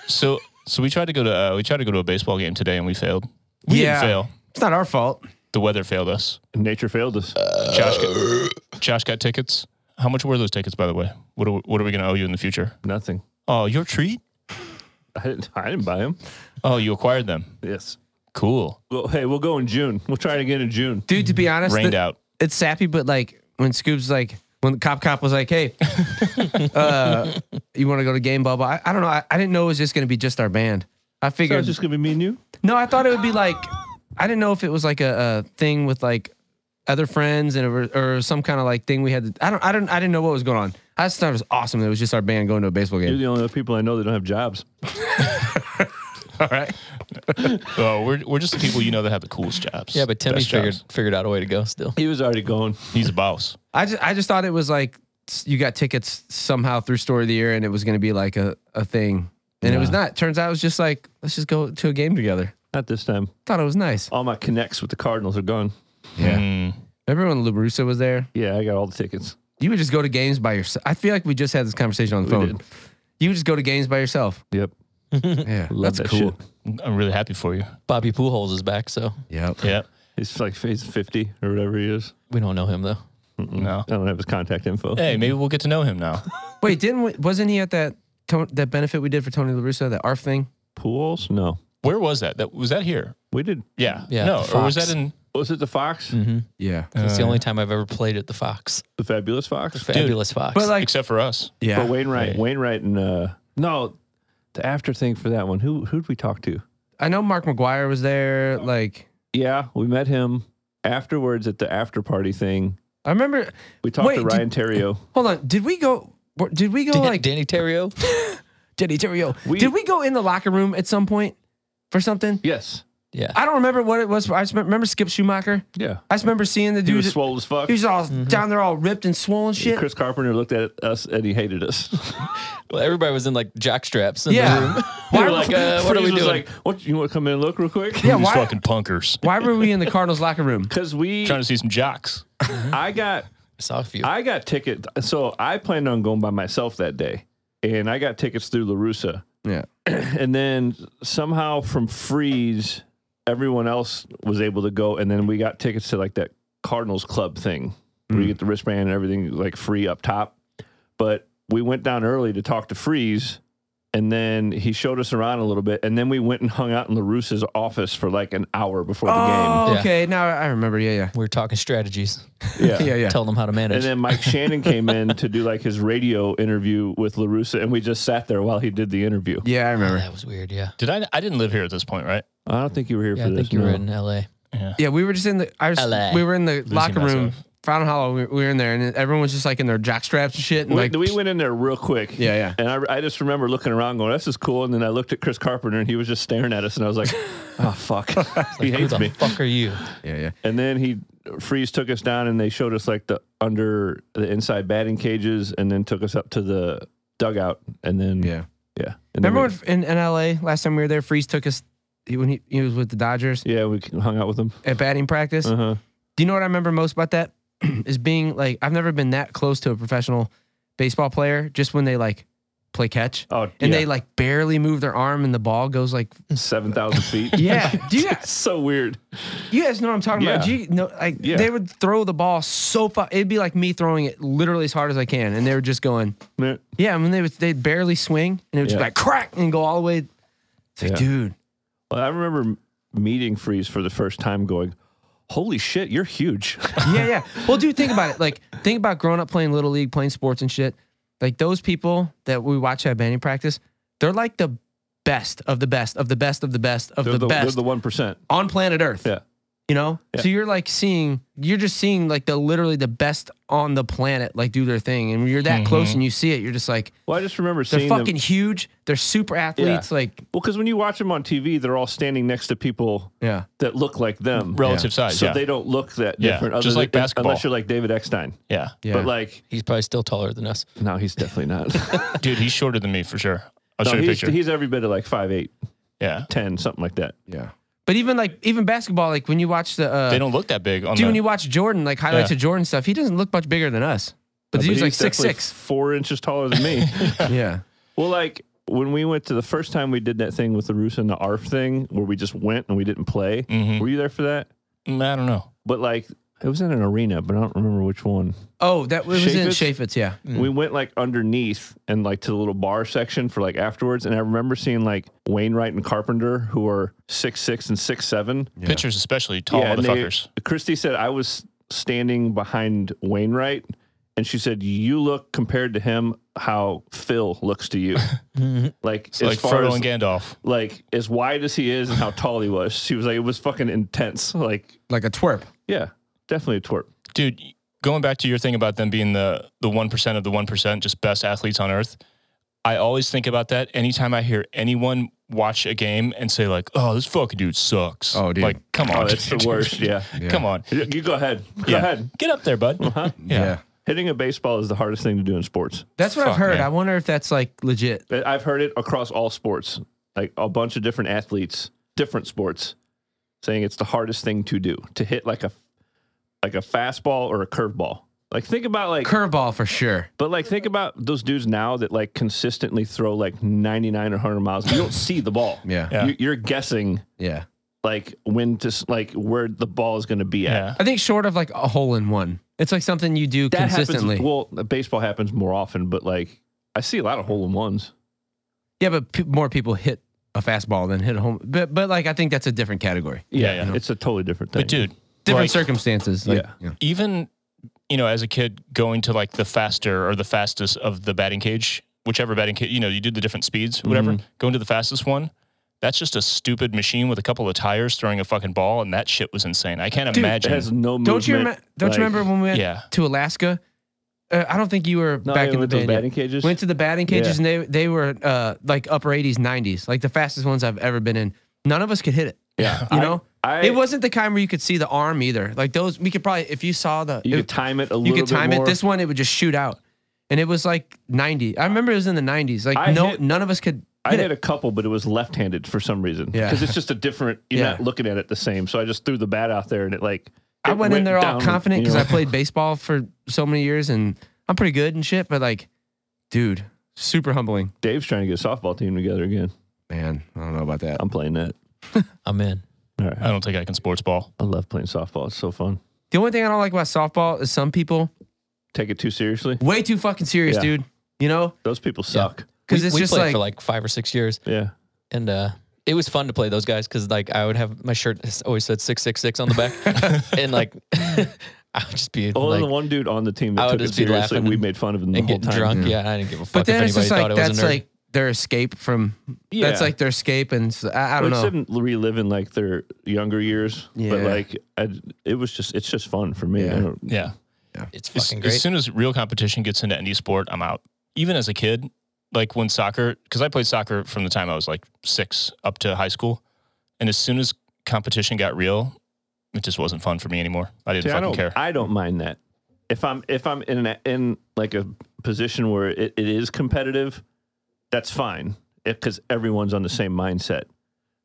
Speaker 1: So so we tried to go to uh, we tried to go to a baseball game today, and we failed. We
Speaker 3: Yeah.
Speaker 1: didn't fail.
Speaker 3: It's not our fault.
Speaker 1: The weather failed us.
Speaker 4: Nature failed us.
Speaker 1: Josh got, Josh got tickets. How much were those tickets, by the way? What are we, what are we going to owe you in the future?
Speaker 4: Nothing.
Speaker 1: Oh, your treat.
Speaker 4: I didn't, I didn't buy them.
Speaker 1: Oh, you acquired them.
Speaker 4: Yes.
Speaker 1: Cool.
Speaker 4: Well, hey, we'll go in June. We'll try it again in June.
Speaker 3: Dude, to be honest,
Speaker 1: Mm-hmm. Rained
Speaker 3: the-
Speaker 1: out.
Speaker 3: it's sappy, but like when Scoob's like when the cop cop was like, Hey, uh, you wanna go to game bubble? I, I don't know. I, I didn't know it was just gonna be just our band. I
Speaker 4: So
Speaker 3: figured
Speaker 4: it's just gonna be me and you.
Speaker 3: No, I thought it would be like I didn't know if it was like a, a thing with like other friends and it or some kind of like thing we had. To, I don't, I don't, I didn't know what was going on. I just thought it was awesome. That it was just our band going to a baseball
Speaker 4: You're
Speaker 3: game.
Speaker 4: the only other people I know that don't have jobs.
Speaker 3: All right.
Speaker 1: Oh, we're, we're just the people you know that have the coolest jobs.
Speaker 2: Yeah, but Timmy
Speaker 1: Best
Speaker 2: figured
Speaker 1: jobs.
Speaker 2: figured out a way to go still.
Speaker 4: He was already gone.
Speaker 1: he's a boss.
Speaker 3: I just, I just thought it was like s- you got tickets somehow through Story of the Year, and it was going to be like a, a thing, and it was not. Turns out it was just like let's just go to a game together.
Speaker 4: Not this time.
Speaker 3: Thought it was nice.
Speaker 4: All my connects with the Cardinals are gone.
Speaker 3: Yeah.
Speaker 1: Mm,
Speaker 3: Remember when LaRusa was there?
Speaker 4: Yeah, I got all the tickets.
Speaker 3: You would just go to games by yourself. I feel like we just had this conversation on the phone.
Speaker 4: did.
Speaker 3: You would just go to games by yourself.
Speaker 4: Yep.
Speaker 3: Yeah,
Speaker 4: Love
Speaker 3: that's
Speaker 4: that
Speaker 3: cool.
Speaker 4: shit.
Speaker 1: I'm really happy for you.
Speaker 2: Bobby Pujols is back, so
Speaker 3: Yep.
Speaker 1: Yeah.
Speaker 4: He's like phase 50 or whatever he is.
Speaker 2: we don't know him though. Mm-hmm.
Speaker 1: No.
Speaker 4: I don't have his contact info.
Speaker 1: Hey, maybe we'll get to know him now.
Speaker 3: Wait, didn't we, wasn't he at that Ton- that benefit we did for Tony LaRusso, that ARF thing?
Speaker 4: Pools? No.
Speaker 1: Where was that? That was that here?
Speaker 4: We did.
Speaker 1: Yeah.
Speaker 2: Yeah,
Speaker 1: No. Or was
Speaker 2: Fox.
Speaker 1: that in?
Speaker 4: Was it the Fox?
Speaker 3: Yeah.
Speaker 4: Uh,
Speaker 2: It's the only time I've ever played at the Fox.
Speaker 4: The Fabulous Fox?
Speaker 2: Fabulous Fox.
Speaker 3: But like,
Speaker 1: Except for us.
Speaker 3: yeah.
Speaker 4: But Wainwright, Wainwright, and uh, no, the after thing for that one. Who who'd we talk to?
Speaker 3: I know Mark McGuire was there. Like,
Speaker 4: Yeah, we met him afterwards at the after party thing.
Speaker 3: I remember.
Speaker 4: We talked
Speaker 3: Wait,
Speaker 4: to
Speaker 3: did-
Speaker 4: Ryan Terrio.
Speaker 3: Hold on. Did we go? were- Did we go
Speaker 2: Dan-
Speaker 3: like
Speaker 2: Danny Terrio.
Speaker 3: Danny Terrio?
Speaker 4: We-
Speaker 3: did we go in the locker room at some point for something?
Speaker 4: Yes.
Speaker 2: Yeah.
Speaker 3: I don't remember what it was. I just remember Skip Schumacher.
Speaker 4: Yeah.
Speaker 3: I just remember seeing the
Speaker 4: He
Speaker 3: dude.
Speaker 4: was swole as fuck.
Speaker 3: he was all down there, all ripped and swollen shit.
Speaker 4: Chris Carpenter looked at us and he hated us.
Speaker 2: Well, everybody was in like jock straps in the
Speaker 3: yeah.
Speaker 2: room.
Speaker 3: Why,
Speaker 4: We
Speaker 3: were-
Speaker 4: were like,
Speaker 2: uh, what are
Speaker 4: Freeze
Speaker 2: we
Speaker 4: was
Speaker 2: doing?
Speaker 4: Like, what you want to come in and look real quick?
Speaker 3: yeah.
Speaker 1: These
Speaker 3: Why,
Speaker 1: fucking punkers.
Speaker 3: why were we in the Cardinals locker room?
Speaker 4: Because we,
Speaker 1: Trying to see some jocks.
Speaker 4: I got
Speaker 2: I saw a few.
Speaker 4: I got tickets. So I planned on going by myself that day, and I got tickets through Larusa.
Speaker 3: Yeah.
Speaker 4: and then somehow from Freeze, everyone else was able to go, and then we got tickets to like that Cardinals Club thing where
Speaker 2: Mm.
Speaker 4: you get the wristband and everything like free up top. But we went down early to talk to Freeze. And then he showed us around a little bit, and then we went and hung out in Larusa's office for like an hour before the
Speaker 3: Oh,
Speaker 2: Yeah.
Speaker 3: okay. Now I remember. Yeah,
Speaker 2: we were talking strategies,
Speaker 4: game. Yeah,
Speaker 3: yeah, yeah, yeah.
Speaker 2: telling them how to manage.
Speaker 4: And then Mike Shannon came in to do like his radio interview with Larusa, and we just sat there while he did the interview.
Speaker 3: Yeah, I remember.
Speaker 2: that was weird. Yeah.
Speaker 1: Did I? I didn't live here at this point, right?
Speaker 4: I don't think you were here
Speaker 2: Yeah,
Speaker 4: for
Speaker 2: I
Speaker 4: this.
Speaker 2: think you were
Speaker 4: no.
Speaker 2: in L.A.
Speaker 3: Yeah, we were just in the. I was,
Speaker 2: LA.
Speaker 3: we were in the locker room.
Speaker 1: myself.
Speaker 3: Fountain Hollow. We, we were in there, and everyone was just like in their jock straps and shit. And
Speaker 4: We,
Speaker 3: like,
Speaker 4: we went in there real quick.
Speaker 3: Yeah, yeah.
Speaker 4: And I, I just remember looking around, going, "This is cool." And then I looked at Chris Carpenter, and he was just staring at us, and I was like, "Oh fuck, he
Speaker 2: Who
Speaker 4: hates
Speaker 2: the
Speaker 4: me."
Speaker 2: fuck are you?
Speaker 3: yeah, yeah.
Speaker 4: And then he freeze took us down, and they showed us like the under the inside batting cages, and then took us up to the dugout, and then
Speaker 3: Yeah.
Speaker 4: yeah. And then
Speaker 3: Remember
Speaker 4: we-
Speaker 3: when in, in LA last time we were there, Freeze took us he, when he, he was with the Dodgers
Speaker 4: yeah, we hung out with him.
Speaker 3: at batting practice.
Speaker 4: Uh huh.
Speaker 3: Do you know what I remember most about that? Is being like I've never been that close to a professional baseball player. Just when they like play catch
Speaker 4: Oh,
Speaker 3: and
Speaker 4: yeah.
Speaker 3: they like barely move their arm and the ball goes like
Speaker 4: seven thousand feet.
Speaker 3: yeah. Do you
Speaker 4: so weird.
Speaker 3: You guys know what I'm talking about. Do
Speaker 4: Yeah.
Speaker 3: you know, like
Speaker 4: Yeah.
Speaker 3: they would throw the ball so far. It'd be like me throwing it literally as hard as I can, and they were just going,
Speaker 4: Yeah.
Speaker 3: yeah. I mean, they would they'd barely swing, and it would just be
Speaker 4: Yeah.
Speaker 3: like crack and go all the way. It's like,
Speaker 4: Yeah.
Speaker 3: dude,
Speaker 4: Well, I remember m- meeting Freeze for the first time, going, "Holy shit, you're huge!"
Speaker 3: yeah, yeah. Well, dude, think about it. Like, think about growing up playing little league, playing sports and shit. Like those people that we watch at banding practice, they're like the best of the best of the best of the best of
Speaker 4: they're
Speaker 3: the,
Speaker 4: the, they're
Speaker 3: best
Speaker 4: the one percent.
Speaker 3: on planet Earth.
Speaker 4: Yeah.
Speaker 3: You know?
Speaker 4: Yeah.
Speaker 3: So you're like seeing you're just seeing like the literally the best on the planet like do their thing. And when you're that close and you see it, you're just like
Speaker 4: Well, I just remember
Speaker 3: they're
Speaker 4: seeing
Speaker 3: fucking
Speaker 4: them.
Speaker 3: huge. They're super athletes. Like
Speaker 4: Well, because when you watch them on TV, they're all standing next to people
Speaker 3: yeah.
Speaker 4: that look like them,
Speaker 1: Relative size.
Speaker 4: so
Speaker 1: yeah.
Speaker 4: they don't look that
Speaker 1: Yeah,
Speaker 4: different.
Speaker 1: just like
Speaker 4: than,
Speaker 1: basketball.
Speaker 4: unless you're like David Eckstein.
Speaker 1: yeah.
Speaker 3: Yeah.
Speaker 4: But like,
Speaker 2: He's probably still taller than us.
Speaker 4: no, he's definitely not.
Speaker 1: Dude, he's shorter than me for sure. I'll
Speaker 4: no,
Speaker 1: show you a
Speaker 4: he's,
Speaker 1: picture.
Speaker 4: he's every bit of like five eight,
Speaker 1: yeah.
Speaker 4: ten, something like that.
Speaker 3: yeah. But even like even basketball, like when you watch the uh
Speaker 1: They don't look that big on
Speaker 3: dude,
Speaker 1: the,
Speaker 3: when you watch Jordan, like highlights
Speaker 1: Yeah.
Speaker 3: of Jordan stuff, he doesn't look much bigger than us. But
Speaker 4: Uh, But
Speaker 3: the dude's
Speaker 4: he's
Speaker 3: like six
Speaker 4: definitely
Speaker 3: six.
Speaker 4: four inches taller than me.
Speaker 3: yeah.
Speaker 4: Well, like when we went to the first time we did that thing with the Rusa and the ARF thing where we just went and we didn't play.
Speaker 1: Mhm.
Speaker 4: Were you there for that?
Speaker 1: Mm, I don't know.
Speaker 4: But like it was in an arena, but I don't remember which one.
Speaker 3: Oh, that was in
Speaker 4: Chaffetz?
Speaker 3: Chaffetz, yeah.
Speaker 1: Hmm.
Speaker 4: We went like underneath and like to the little bar section for like afterwards. And I remember seeing like Wainwright and Carpenter who are six six and six seven.
Speaker 1: Pitchers, especially tall
Speaker 4: and they-
Speaker 1: motherfuckers.
Speaker 4: Christy said I was standing behind Wainwright and she said, You look compared to him how Phil looks to you. like
Speaker 1: It's like Frodo and Gandalf.
Speaker 4: like as wide as he is and how tall he was. She was like, it was fucking intense. Like,
Speaker 3: Like a twerp.
Speaker 4: yeah, Definitely a twerp.
Speaker 1: dude going back to your thing about them being the the 1% of the 1% just best athletes on earth i always think about that anytime i hear anyone watch a game and say like oh this fucking dude sucks
Speaker 3: Oh, dude.
Speaker 1: like come on
Speaker 4: Oh, that's the
Speaker 1: dude.
Speaker 4: worst. Yeah.
Speaker 3: Yeah.
Speaker 1: come on
Speaker 4: You you go ahead. Go
Speaker 1: Yeah.
Speaker 4: ahead.
Speaker 1: get up there bud
Speaker 4: Uh-huh.
Speaker 1: Yeah.
Speaker 4: Hitting a baseball is the hardest thing to do in sports.
Speaker 3: That's what I've
Speaker 1: Fuck,
Speaker 3: heard.
Speaker 1: man.
Speaker 3: I wonder if that's like legit.
Speaker 4: I- I've heard it across all sports, like a bunch of different athletes, different sports, saying it's the hardest thing to do to hit like a like a fastball or a curveball. Like think about like,
Speaker 3: Curveball for sure.
Speaker 4: but like think about those dudes now that like consistently throw like ninety nine or hundred miles. You don't see the ball.
Speaker 3: Yeah.
Speaker 1: Yeah.
Speaker 4: You, you're guessing
Speaker 3: Yeah.
Speaker 4: like when to s- like where the ball is going to be at.
Speaker 1: yeah
Speaker 3: I think short of like a hole in one. It's like something you do
Speaker 4: That
Speaker 3: consistently.
Speaker 4: Happens, well, baseball happens more often, but like I see a lot of hole in ones.
Speaker 3: yeah, but pe- more people hit a fastball than hit a home. But but like I think that's a different category,
Speaker 1: Yeah, yeah.
Speaker 4: It's a totally different thing.
Speaker 1: but dude
Speaker 3: different
Speaker 1: like,
Speaker 3: circumstances. Like,
Speaker 4: Yeah.
Speaker 1: even you know as a kid going to like the faster or the fastest of the batting cage whichever batting cage you know you do the different speeds whatever going to the fastest one that's just a stupid machine with a couple of tires throwing a fucking ball and that shit was insane i can't
Speaker 3: Dude, it
Speaker 1: imagine
Speaker 4: It has no movement.
Speaker 3: Don't you remember? Don't
Speaker 4: like-
Speaker 3: you remember when we went
Speaker 1: Yeah.
Speaker 3: to Alaska? Uh, I don't think you were
Speaker 4: No,
Speaker 3: back in
Speaker 4: yeah,
Speaker 3: the
Speaker 4: with those
Speaker 3: band. yet.
Speaker 4: batting cages.
Speaker 3: Went to the batting cages and
Speaker 4: Yeah.
Speaker 3: they they were uh, like upper 80s, 90s, like the fastest ones I've ever been in. None of us could hit it.
Speaker 1: Yeah.
Speaker 3: You
Speaker 4: I-
Speaker 3: know,
Speaker 4: I-
Speaker 3: it wasn't the kind where you could see the arm either. Like those, we could probably if you saw the
Speaker 4: You
Speaker 3: if-
Speaker 4: could time it a
Speaker 3: you
Speaker 4: little
Speaker 3: could time
Speaker 4: bit more.
Speaker 3: it. This one, it would just shoot out, and it was like 90. I remember it was in the 90s. Like
Speaker 4: I
Speaker 3: no,
Speaker 4: hit-
Speaker 3: none of us could.
Speaker 4: I
Speaker 3: hit
Speaker 4: had
Speaker 3: it.
Speaker 4: a couple, but it was left-handed for some reason.
Speaker 3: Yeah.
Speaker 4: Because it's just a different. You're
Speaker 3: Yeah.
Speaker 4: not looking at it the same. So I just threw the bat out there, and it like.
Speaker 3: I
Speaker 4: it
Speaker 3: went in there all
Speaker 4: down,
Speaker 3: confident
Speaker 4: you
Speaker 3: because I
Speaker 4: know.
Speaker 3: played baseball for so many years and I'm pretty good and shit. But like, dude, super humbling.
Speaker 4: Dave's trying to get a softball team together again.
Speaker 3: Man, I don't know about that.
Speaker 4: I'm playing that.
Speaker 2: I'm in.
Speaker 4: All right.
Speaker 1: I don't think I can sports ball.
Speaker 4: I love playing softball. It's so fun.
Speaker 3: The only thing I don't like about softball is some people
Speaker 4: Take it too seriously.
Speaker 3: way too fucking serious,
Speaker 4: Yeah.
Speaker 3: dude. You know,
Speaker 4: Those people suck.
Speaker 3: because
Speaker 2: we,
Speaker 3: it's
Speaker 2: we
Speaker 3: just
Speaker 2: played
Speaker 3: like,
Speaker 2: for like five or six years,
Speaker 4: Yeah.
Speaker 2: and uh, it was fun to play those guys because like I would have my shirt always said six six six on the back, and like I would just be
Speaker 4: Only
Speaker 2: like,
Speaker 4: the one dude on the team
Speaker 2: I
Speaker 4: that
Speaker 2: would
Speaker 4: took it
Speaker 2: just be
Speaker 4: seriously.
Speaker 2: laughing
Speaker 4: We made fun of him the
Speaker 2: and
Speaker 4: whole
Speaker 2: get
Speaker 4: time.
Speaker 2: drunk. Yeah. I didn't give a fuck
Speaker 3: but
Speaker 2: if
Speaker 3: then it's
Speaker 2: anybody
Speaker 3: just
Speaker 2: thought it
Speaker 3: like
Speaker 2: was a
Speaker 3: that's
Speaker 2: nerd.
Speaker 3: like their escape from.
Speaker 4: Yeah.
Speaker 3: That's like their escape, and s- I, I don't
Speaker 4: Well,
Speaker 3: know.
Speaker 4: Except reliving like their younger years, but
Speaker 3: Yeah.
Speaker 4: like I, it was just it's just fun for me.
Speaker 3: Yeah.
Speaker 4: I don't,
Speaker 1: Yeah.
Speaker 2: it's
Speaker 1: As,
Speaker 2: fucking
Speaker 1: as
Speaker 2: great.
Speaker 1: soon as real competition gets into any sport, I'm out. Even as a kid, like when soccer, because I played soccer from the time I was like six up to high school. And as soon as competition got real, it just wasn't fun for me anymore. I didn't
Speaker 4: See, I
Speaker 1: fucking
Speaker 4: don't
Speaker 1: care.
Speaker 4: I don't mind that if I'm if I'm in an, in like a position where it, it is competitive, that's fine because everyone's on the same mindset.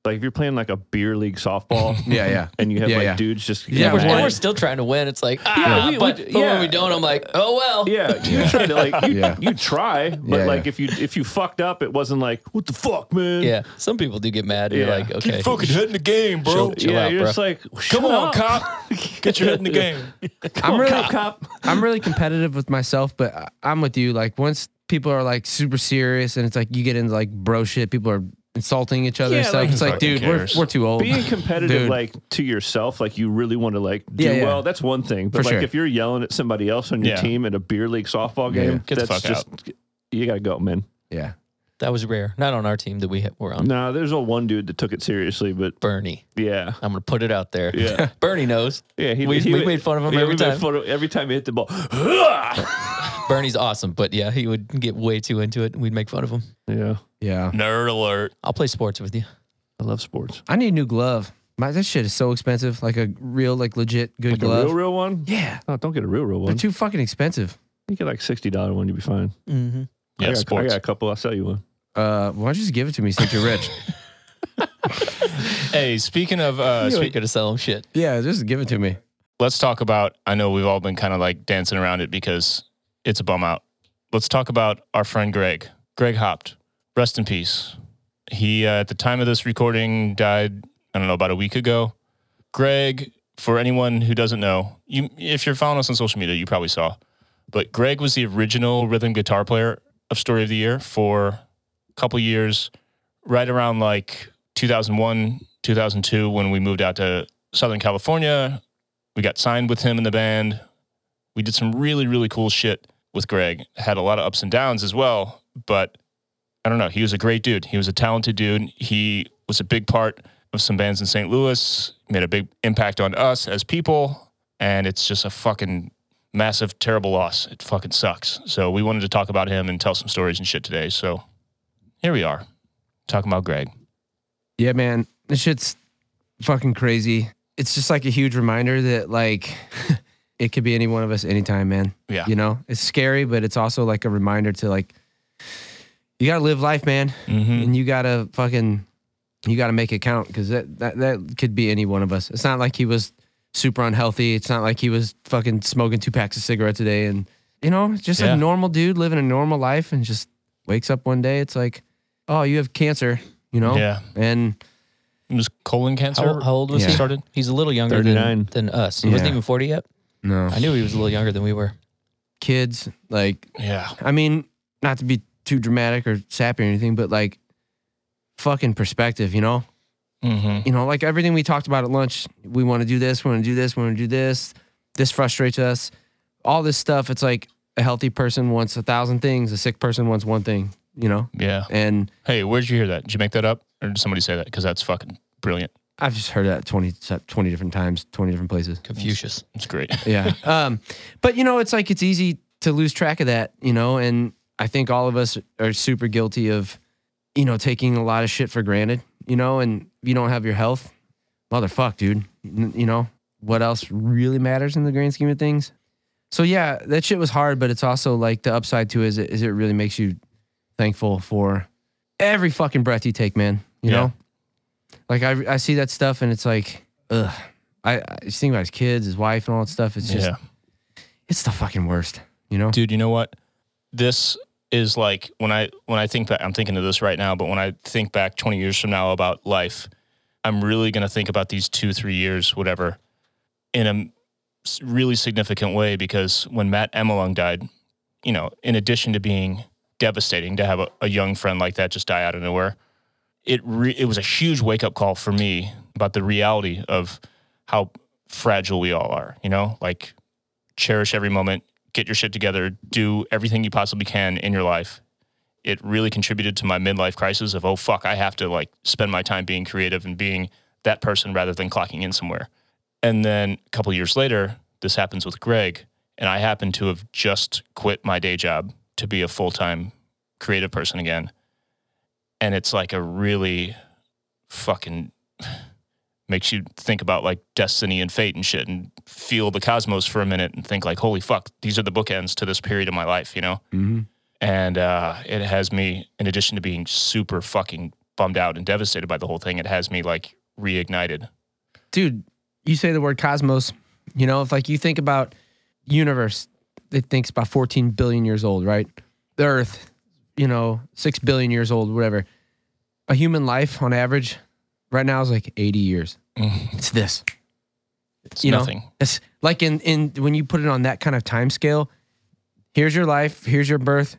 Speaker 4: Like if you're playing like a beer league softball,
Speaker 3: Yeah, yeah.
Speaker 4: and you have
Speaker 3: Yeah,
Speaker 4: like
Speaker 3: yeah.
Speaker 4: dudes just
Speaker 3: Yeah,
Speaker 2: And we're,
Speaker 3: why-
Speaker 2: and we're still trying to win. It's like, ah,
Speaker 4: we-
Speaker 2: but,
Speaker 4: we-
Speaker 2: but
Speaker 4: yeah.
Speaker 2: when we don't, I'm like, oh well.
Speaker 4: Yeah, you try to like you,
Speaker 3: Yeah.
Speaker 4: you try, but
Speaker 3: Yeah,
Speaker 4: like
Speaker 3: yeah.
Speaker 4: if you if you fucked up, it wasn't like what the fuck, man.
Speaker 2: Yeah, some people do get mad. And
Speaker 4: Yeah.
Speaker 2: You're like, okay,
Speaker 1: hitting the game,
Speaker 2: bro. Chill
Speaker 4: yeah,
Speaker 2: out,
Speaker 4: you're
Speaker 2: bro.
Speaker 4: just like "Shut up.
Speaker 1: cop. Get your head in the game.
Speaker 3: I'm
Speaker 4: Come on,
Speaker 3: really,
Speaker 4: cop. cop.
Speaker 3: I'm really competitive with myself, but I- I'm with you. Like once people are like super serious and it's like you get into like bro shit, people are insulting each other and
Speaker 4: Yeah,
Speaker 3: stuff.
Speaker 4: like,
Speaker 3: it's like,
Speaker 1: fucking
Speaker 3: dude, we're,
Speaker 1: cares.
Speaker 3: we're too old.
Speaker 4: being competitive
Speaker 3: Dude.
Speaker 4: like to yourself like you really want to like do
Speaker 3: Yeah, yeah.
Speaker 4: well that's one thing but
Speaker 3: For
Speaker 4: like
Speaker 3: sure.
Speaker 4: if you're yelling at somebody else on your
Speaker 1: Yeah.
Speaker 4: team at a beer league softball game
Speaker 3: Yeah.
Speaker 1: Get the
Speaker 4: that's
Speaker 1: fuck
Speaker 4: just you gotta go man
Speaker 3: yeah.
Speaker 2: that was rare. Not on our team that we hit- were on.
Speaker 4: no there's a one dude that took it seriously but
Speaker 2: Bernie,
Speaker 4: yeah
Speaker 2: I'm gonna put it out there.
Speaker 4: Yeah.
Speaker 2: Bernie knows.
Speaker 4: yeah
Speaker 2: we,
Speaker 4: he
Speaker 2: we
Speaker 4: would-
Speaker 2: made fun of him
Speaker 4: yeah, we
Speaker 2: every
Speaker 4: made
Speaker 2: time.
Speaker 4: fun of- every time he hit the ball
Speaker 2: Bernie's awesome, but yeah, he would get way too into it, and we'd make fun of him.
Speaker 4: yeah
Speaker 3: Yeah.
Speaker 1: Nerd alert.
Speaker 2: I'll play sports with you.
Speaker 4: I love sports
Speaker 3: I need a new glove. My this shit is so expensive. Like a real, like legit good
Speaker 4: like
Speaker 3: glove.
Speaker 4: a real real one
Speaker 3: yeah.
Speaker 4: no don't get a real real
Speaker 3: They're
Speaker 4: one
Speaker 3: too fucking expensive.
Speaker 4: you get like $60 one you'll be fine
Speaker 2: Mm-hmm.
Speaker 1: Yeah,
Speaker 4: I, got, I
Speaker 1: sports.
Speaker 4: got a couple I'll sell you one
Speaker 3: Uh why don't you just give it to me since you're rich?
Speaker 1: Hey, speaking of uh,
Speaker 2: you
Speaker 1: spe-
Speaker 2: ain't gonna sell him shit.
Speaker 3: yeah, just give it to me.
Speaker 1: let's talk about I know we've all been kind of like dancing around it because it's a bum out. Let's talk about our friend Greg. Greg Hopped. Rest in peace. He uh, at the time of this recording died I don't know about a week ago. Greg, for anyone who doesn't know, you if you're following us on social media, you probably saw. But Greg was the original rhythm guitar player of Story of the Year for a couple years right around like 2001, 2002 when we moved out to Southern California we got signed with him in the band. We did some really, really cool shit with Greg. Had a lot of ups and downs as well, but I don't know. He was a great dude. He was a talented dude. He was a big part of some bands in St. Louis, made a big impact on us as people. and it's just a fucking massive, terrible loss. It fucking sucks. So we wanted to talk about him and tell some stories and shit today. So here we are talking about Greg.
Speaker 3: Yeah, man. This shit's fucking crazy. It's just like a huge reminder that like it could be any one of us anytime, man.
Speaker 1: Yeah.
Speaker 3: You know? It's scary, but it's also like a reminder to like you gotta live life, man.
Speaker 1: Mm-hmm.
Speaker 3: And you gotta fucking you gotta make it count because that, that that could be any one of us. It's not like he was super unhealthy. It's not like he was fucking smoking two packs of cigarettes a day and you know, just
Speaker 1: Yeah.
Speaker 3: a normal dude living a normal life and just wakes up one day, it's like, Oh, you have cancer, you know?
Speaker 1: Yeah.
Speaker 3: And
Speaker 1: It was colon cancer.
Speaker 2: How, how old was
Speaker 3: Yeah.
Speaker 2: he? Started. He's a little younger than,
Speaker 4: 39.
Speaker 2: than us. He wasn't
Speaker 3: Yeah.
Speaker 2: even forty yet.
Speaker 3: no.
Speaker 2: I knew he was a little younger than we were.
Speaker 3: kids. Like,
Speaker 1: Yeah.
Speaker 3: I mean, not to be too dramatic or sappy or anything, but like, fucking perspective, you know?
Speaker 1: Mm-hmm.
Speaker 3: You know, like everything we talked about at lunch, we want to do this, we want to do this, we want to do this. This frustrates us. All this stuff, it's like a healthy person wants a thousand things, a sick person wants one thing, you know?
Speaker 1: Yeah.
Speaker 3: And
Speaker 1: Hey, where'd you hear that? Did you make that up, or did somebody say that? Because that's fucking brilliant.
Speaker 3: I've just heard that 20, 20 different times, 20 different places.
Speaker 2: Confucius.
Speaker 1: It's great.
Speaker 3: yeah. Um, but you know, it's like it's easy to lose track of that, you know, and I think all of us are super guilty of, you know, taking a lot of shit for granted, you know, and if you don't have your health, motherfuck, dude. N- you know, what else really matters in the grand scheme of things? So yeah, that shit was hard, but it's also like the upside to it is it, is it really makes you thankful for every fucking breath you take, man. You
Speaker 1: Yeah.
Speaker 3: know? Like I I see that stuff and it's like, ugh. I, I just think about his kids, his wife and all that stuff. It's just
Speaker 1: yeah.
Speaker 3: it's the fucking worst, you know?
Speaker 1: dude you know what this is like when i when i think back i'm thinking of this right now but when i think back 20 years from now about life i'm really going to think about these two three years whatever in a s- really significant way because when matt emelung died you know in addition to being devastating to have a, a young friend like that just die out of nowhere it re- it was a huge wake up call for me about the reality of how fragile we all are you know like cherish every moment, get your shit together, do everything you possibly can in your life. It really contributed to my midlife crisis of, oh, fuck, I have to like spend my time being creative and being that person rather than clocking in somewhere. And then a couple years later, this happens with Greg. And I happen to have just quit my day job to be a full time creative person again. And it's like a really fucking makes you think about like destiny and fate and shit and feel the cosmos for a minute and think like, holy fuck, these are the bookends to this period of my life, you know?
Speaker 3: Mm-hmm.
Speaker 1: And uh, it has me, in addition to being super fucking bummed out and devastated by the whole thing, it has me like reignited.
Speaker 3: Dude, you say the word cosmos, you know, if like you think about universe, it thinks about 14 billion years old, right? The earth, you know, 6 billion years old, whatever. A human life on average right now is like 80 years.
Speaker 1: Mm.
Speaker 3: It's this.
Speaker 1: It's
Speaker 3: Mm-hmm. You know,
Speaker 1: nothing.
Speaker 3: It's like in in when you put it on that kind of time scale, here's your life, here's your birth,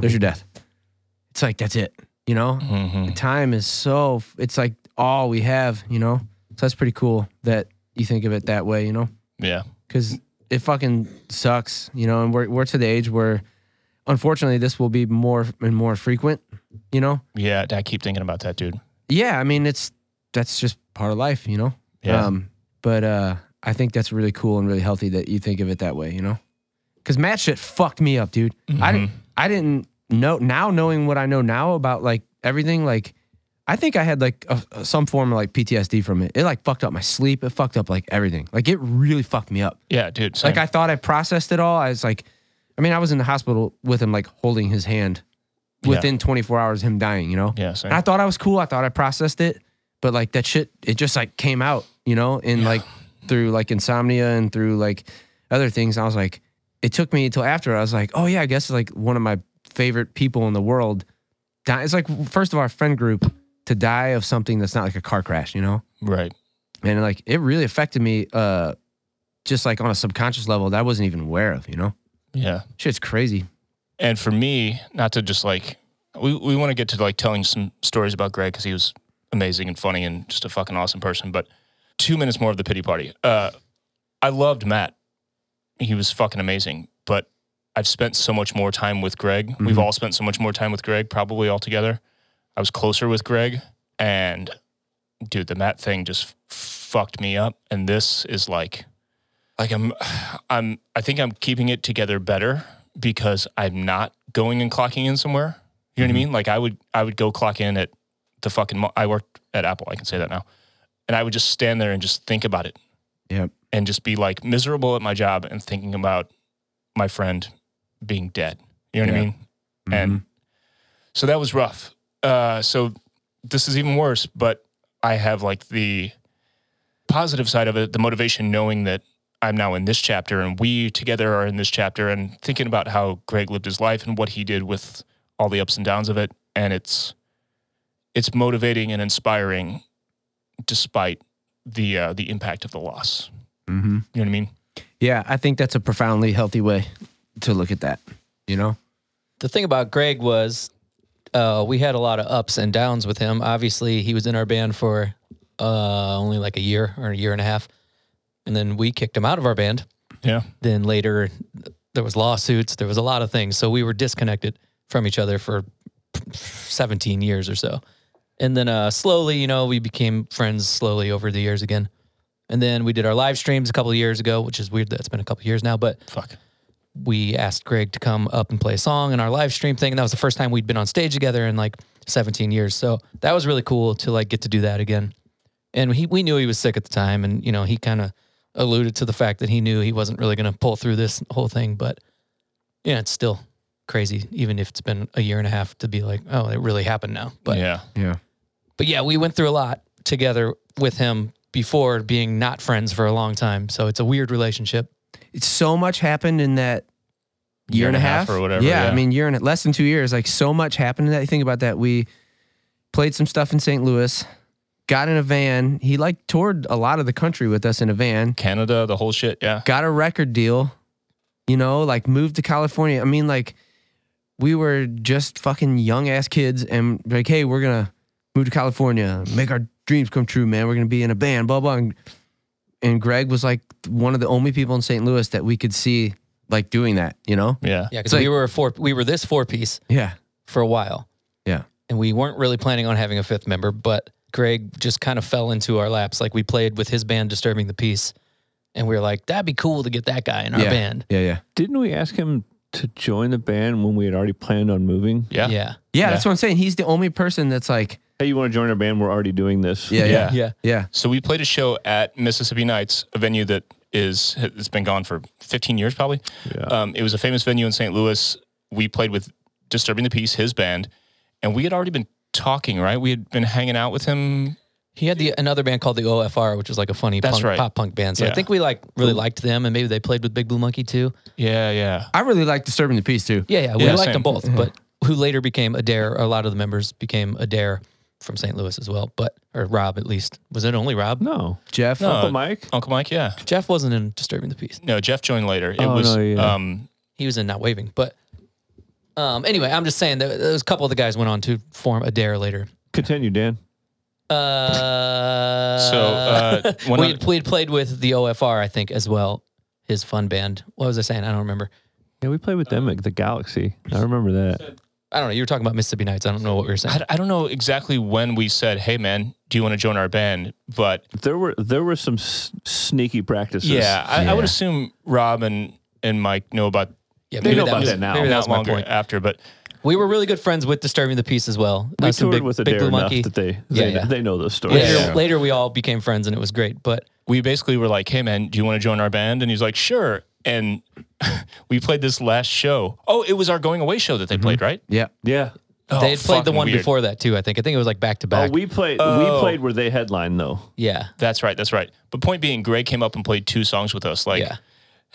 Speaker 3: there's your death. It's like that's it, you know?
Speaker 1: hmm
Speaker 3: time is so it's like all we have you know so that's pretty cool that you think of it that way you know
Speaker 1: Yeah.
Speaker 3: because it fucking sucks you know and we're, we're to the age where unfortunately this will be more and more frequent you know
Speaker 1: Yeah. I keep thinking about that, dude.
Speaker 3: yeah i mean it's that's just part of life you know
Speaker 1: Yeah.
Speaker 3: um but uh i think that's really cool and really healthy that you think of it that way you know because matt shit fucked me up dude i didn't
Speaker 1: Mm-hmm.
Speaker 3: I didn't know now knowing what I know now about like everything like I think I had like a, a- some form of like PTSD from it. It like fucked up my sleep. It fucked up like everything. Like it really fucked me up.
Speaker 1: yeah, dude.
Speaker 3: Like I thought I processed it all. I was like, I mean, I was in the hospital with him, like holding his hand
Speaker 1: Yeah.
Speaker 3: within 24 hours of him dying, you know?
Speaker 1: yeah,
Speaker 3: And
Speaker 1: same.
Speaker 3: I thought I was cool. I thought I processed it, but like that shit, it just like came out, you know, and like through like insomnia and through like other things. I was like, it took me until after I was like, oh yeah, I guess like one of my favorite people in the world. Die. It's like first of our friend group to die of something that's not like a car crash, you know,
Speaker 1: right.
Speaker 3: and like it really affected me, uh, just like on a subconscious level that I wasn't even aware of, you know.
Speaker 1: Yeah.
Speaker 3: Shit's crazy.
Speaker 1: And for me, not to just like we, we want to get to like telling some stories about Greg because he was amazing and funny and just a fucking awesome person. But two minutes more of the pity party. Uh, I loved Matt. He was fucking amazing. But I've spent so much more time with Greg. We've
Speaker 3: Mhm.
Speaker 1: all spent so much more time with Greg, probably all together. I was closer with Greg, and dude, the Matt thing just fucked me up. And this is like like I'm I'm I think I'm keeping it together better because I'm not going and clocking in somewhere. You
Speaker 3: Mm-hmm.
Speaker 1: know what I mean? Like I would I would go clock in at the fucking mo- I worked at Apple, I can say that now. And I would just stand there and just think about it
Speaker 3: Yep.
Speaker 1: and just be like miserable at my job and thinking about my friend being dead. You know what
Speaker 3: Yeah.
Speaker 1: I mean? And so that was rough. Uh, so this is even worse, but I have like the positive side of it, the motivation knowing that I'm now in this chapter and we together are in this chapter and thinking about how Greg lived his life and what he did with all the ups and downs of it. And it's, it's motivating and inspiring despite the, uh, the impact of the loss.
Speaker 3: Mm-hmm.
Speaker 1: You know what I mean?
Speaker 3: Yeah, I think that's a profoundly healthy way to look at that. You know?
Speaker 2: the thing about Greg was uh, we had a lot of ups and downs with him. Obviously, he was in our band for uh, only like a year or a year and a half, and then we kicked him out of our band.
Speaker 1: Yeah.
Speaker 2: Then later, there was lawsuits. There was a lot of things, so we were disconnected from each other for 17 years or so. And then uh, slowly, you know, we became friends slowly over the years again. And then we did our live streams a couple of years ago, which is weird that it's been a couple of years now, but
Speaker 1: Fuck.
Speaker 2: we asked Greg to come up and play a song in our live stream thing. And that was the first time we'd been on stage together in like 17 years. So that was really cool to like get to do that again. And he, we knew he was sick at the time. And, you know, he kind of alluded to the fact that he knew he wasn't really going to pull through this whole thing. But yeah, it's still crazy, even if it's been a year and a half to be like, oh, it really happened now. But
Speaker 1: yeah.
Speaker 3: Yeah.
Speaker 2: but yeah, we went through a lot together with him before being not friends for a long time. So it's a weird relationship.
Speaker 3: It's so much happened in that year, and a half,
Speaker 1: or whatever.
Speaker 3: Yeah, I mean, year and less than two years. Like so much happened. in That think about that. We played some stuff in St. Louis. Got in a van. He like toured a lot of the country with us in a van.
Speaker 1: Canada, the whole shit. Yeah.
Speaker 3: Got a record deal. You know, like moved to California. I mean, like we were just fucking young ass kids, and like, hey, we're gonna move to California, make our dreams come true, man. We're gonna be in a band, blah blah. And, and Greg was like one of the only people in St. Louis that we could see like doing that. You know?
Speaker 1: Yeah.
Speaker 2: Yeah, because
Speaker 3: It's like-
Speaker 2: we were a four, we were this four piece
Speaker 3: Yeah.
Speaker 2: for a while.
Speaker 3: Yeah.
Speaker 2: And we weren't really planning on having a fifth member, but Greg just kind of fell into our laps. Like we played with his band Disturbing the Peace, and we were like, that'd be cool to get that guy in our
Speaker 3: Yeah.
Speaker 2: band.
Speaker 3: Yeah. Yeah.
Speaker 4: Didn't we ask him to join the band when we had already planned on moving?
Speaker 1: Yeah.
Speaker 2: Yeah.
Speaker 3: Yeah, that's what I'm saying. He's the only person that's like,
Speaker 4: Hey, you want to join our band? We're already doing this.
Speaker 3: yeah, yeah,
Speaker 1: Yeah.
Speaker 2: Yeah.
Speaker 3: yeah,
Speaker 1: So we played a show at Mississippi Nights, a venue that is it's been gone for 15 years probably.
Speaker 4: Yeah.
Speaker 1: Um, it was a famous venue in St. Louis. We played with Disturbing the Peace, his band, and we had already been talking. Right, we had been hanging out with him.
Speaker 2: He had the another band called the OFR, which was like a funny
Speaker 1: That's
Speaker 2: punk,
Speaker 1: right.
Speaker 2: pop punk band. So I
Speaker 1: Yeah.
Speaker 2: think we like really liked them, and maybe they played with Big Blue Monkey too.
Speaker 1: Yeah, yeah,
Speaker 3: I really like disturbing the peace too.
Speaker 2: Yeah, yeah, we
Speaker 1: Yeah,
Speaker 2: liked
Speaker 1: same. Mm-hmm.
Speaker 2: them both, but who later became Adair? A lot of the members became Adair from St. Louis as well, but or Rob at least. Was it only Rob?
Speaker 4: No.
Speaker 3: Jeff,
Speaker 1: No.
Speaker 4: Uncle Mike?
Speaker 1: Uncle Mike. Yeah.
Speaker 2: Jeff wasn't in Disturbing the Peace.
Speaker 1: No, Jeff joined later. It
Speaker 4: Oh,
Speaker 1: was
Speaker 4: no, yeah.
Speaker 1: um,
Speaker 2: he was in not waving but um anyway i'm just saying that those couple of the guys went on to form adair later
Speaker 4: Continue, Dan.
Speaker 2: uh
Speaker 1: So, uh, one
Speaker 2: we,
Speaker 1: other-
Speaker 2: had, we had played with the ofr i think as well his fun band what was i saying i don't remember
Speaker 4: Yeah, we played with them at the Galaxy. I remember that.
Speaker 2: i don't know you were talking about mississippi nights i don't know what we were saying
Speaker 1: I, I don't know exactly when we said, "Hey, man, do you want to join our band?" But
Speaker 4: There were there were some s- sneaky practices.
Speaker 1: yeah, I, I
Speaker 3: yeah.
Speaker 1: would assume Rob and and Mike know about
Speaker 2: yeah
Speaker 1: They
Speaker 2: maybe
Speaker 1: know
Speaker 2: that
Speaker 1: about
Speaker 2: was,
Speaker 4: that now.
Speaker 2: maybe that was
Speaker 1: not
Speaker 2: my
Speaker 1: longer
Speaker 2: point
Speaker 1: after, but
Speaker 2: we were really good friends with disturbing the peace as well
Speaker 4: We
Speaker 2: Us and
Speaker 4: toured
Speaker 2: big,
Speaker 4: with
Speaker 2: big
Speaker 4: Adair
Speaker 2: blue
Speaker 4: enough
Speaker 2: monkey
Speaker 4: that they
Speaker 2: Yeah,
Speaker 4: they,
Speaker 2: yeah.
Speaker 4: they know those stories.
Speaker 2: later,
Speaker 1: Yeah.
Speaker 2: later we all became friends and it was great but
Speaker 1: we basically were like, "Hey, man, do you want to join our band?" And he's like, "Sure." And we played this last show. Oh, it was our going away show that they played, right?
Speaker 3: yeah,
Speaker 4: Yeah.
Speaker 1: Oh,
Speaker 2: Mm-hmm. they had played the
Speaker 1: fucking
Speaker 2: one
Speaker 1: weird.
Speaker 2: before that too i think i think it was like back to
Speaker 4: Oh,
Speaker 2: back
Speaker 4: we played
Speaker 1: Oh.
Speaker 4: we played where they headlined though.
Speaker 2: yeah
Speaker 1: That's right. That's right. But point being, Greg came up and played two songs with us. Like,
Speaker 2: yeah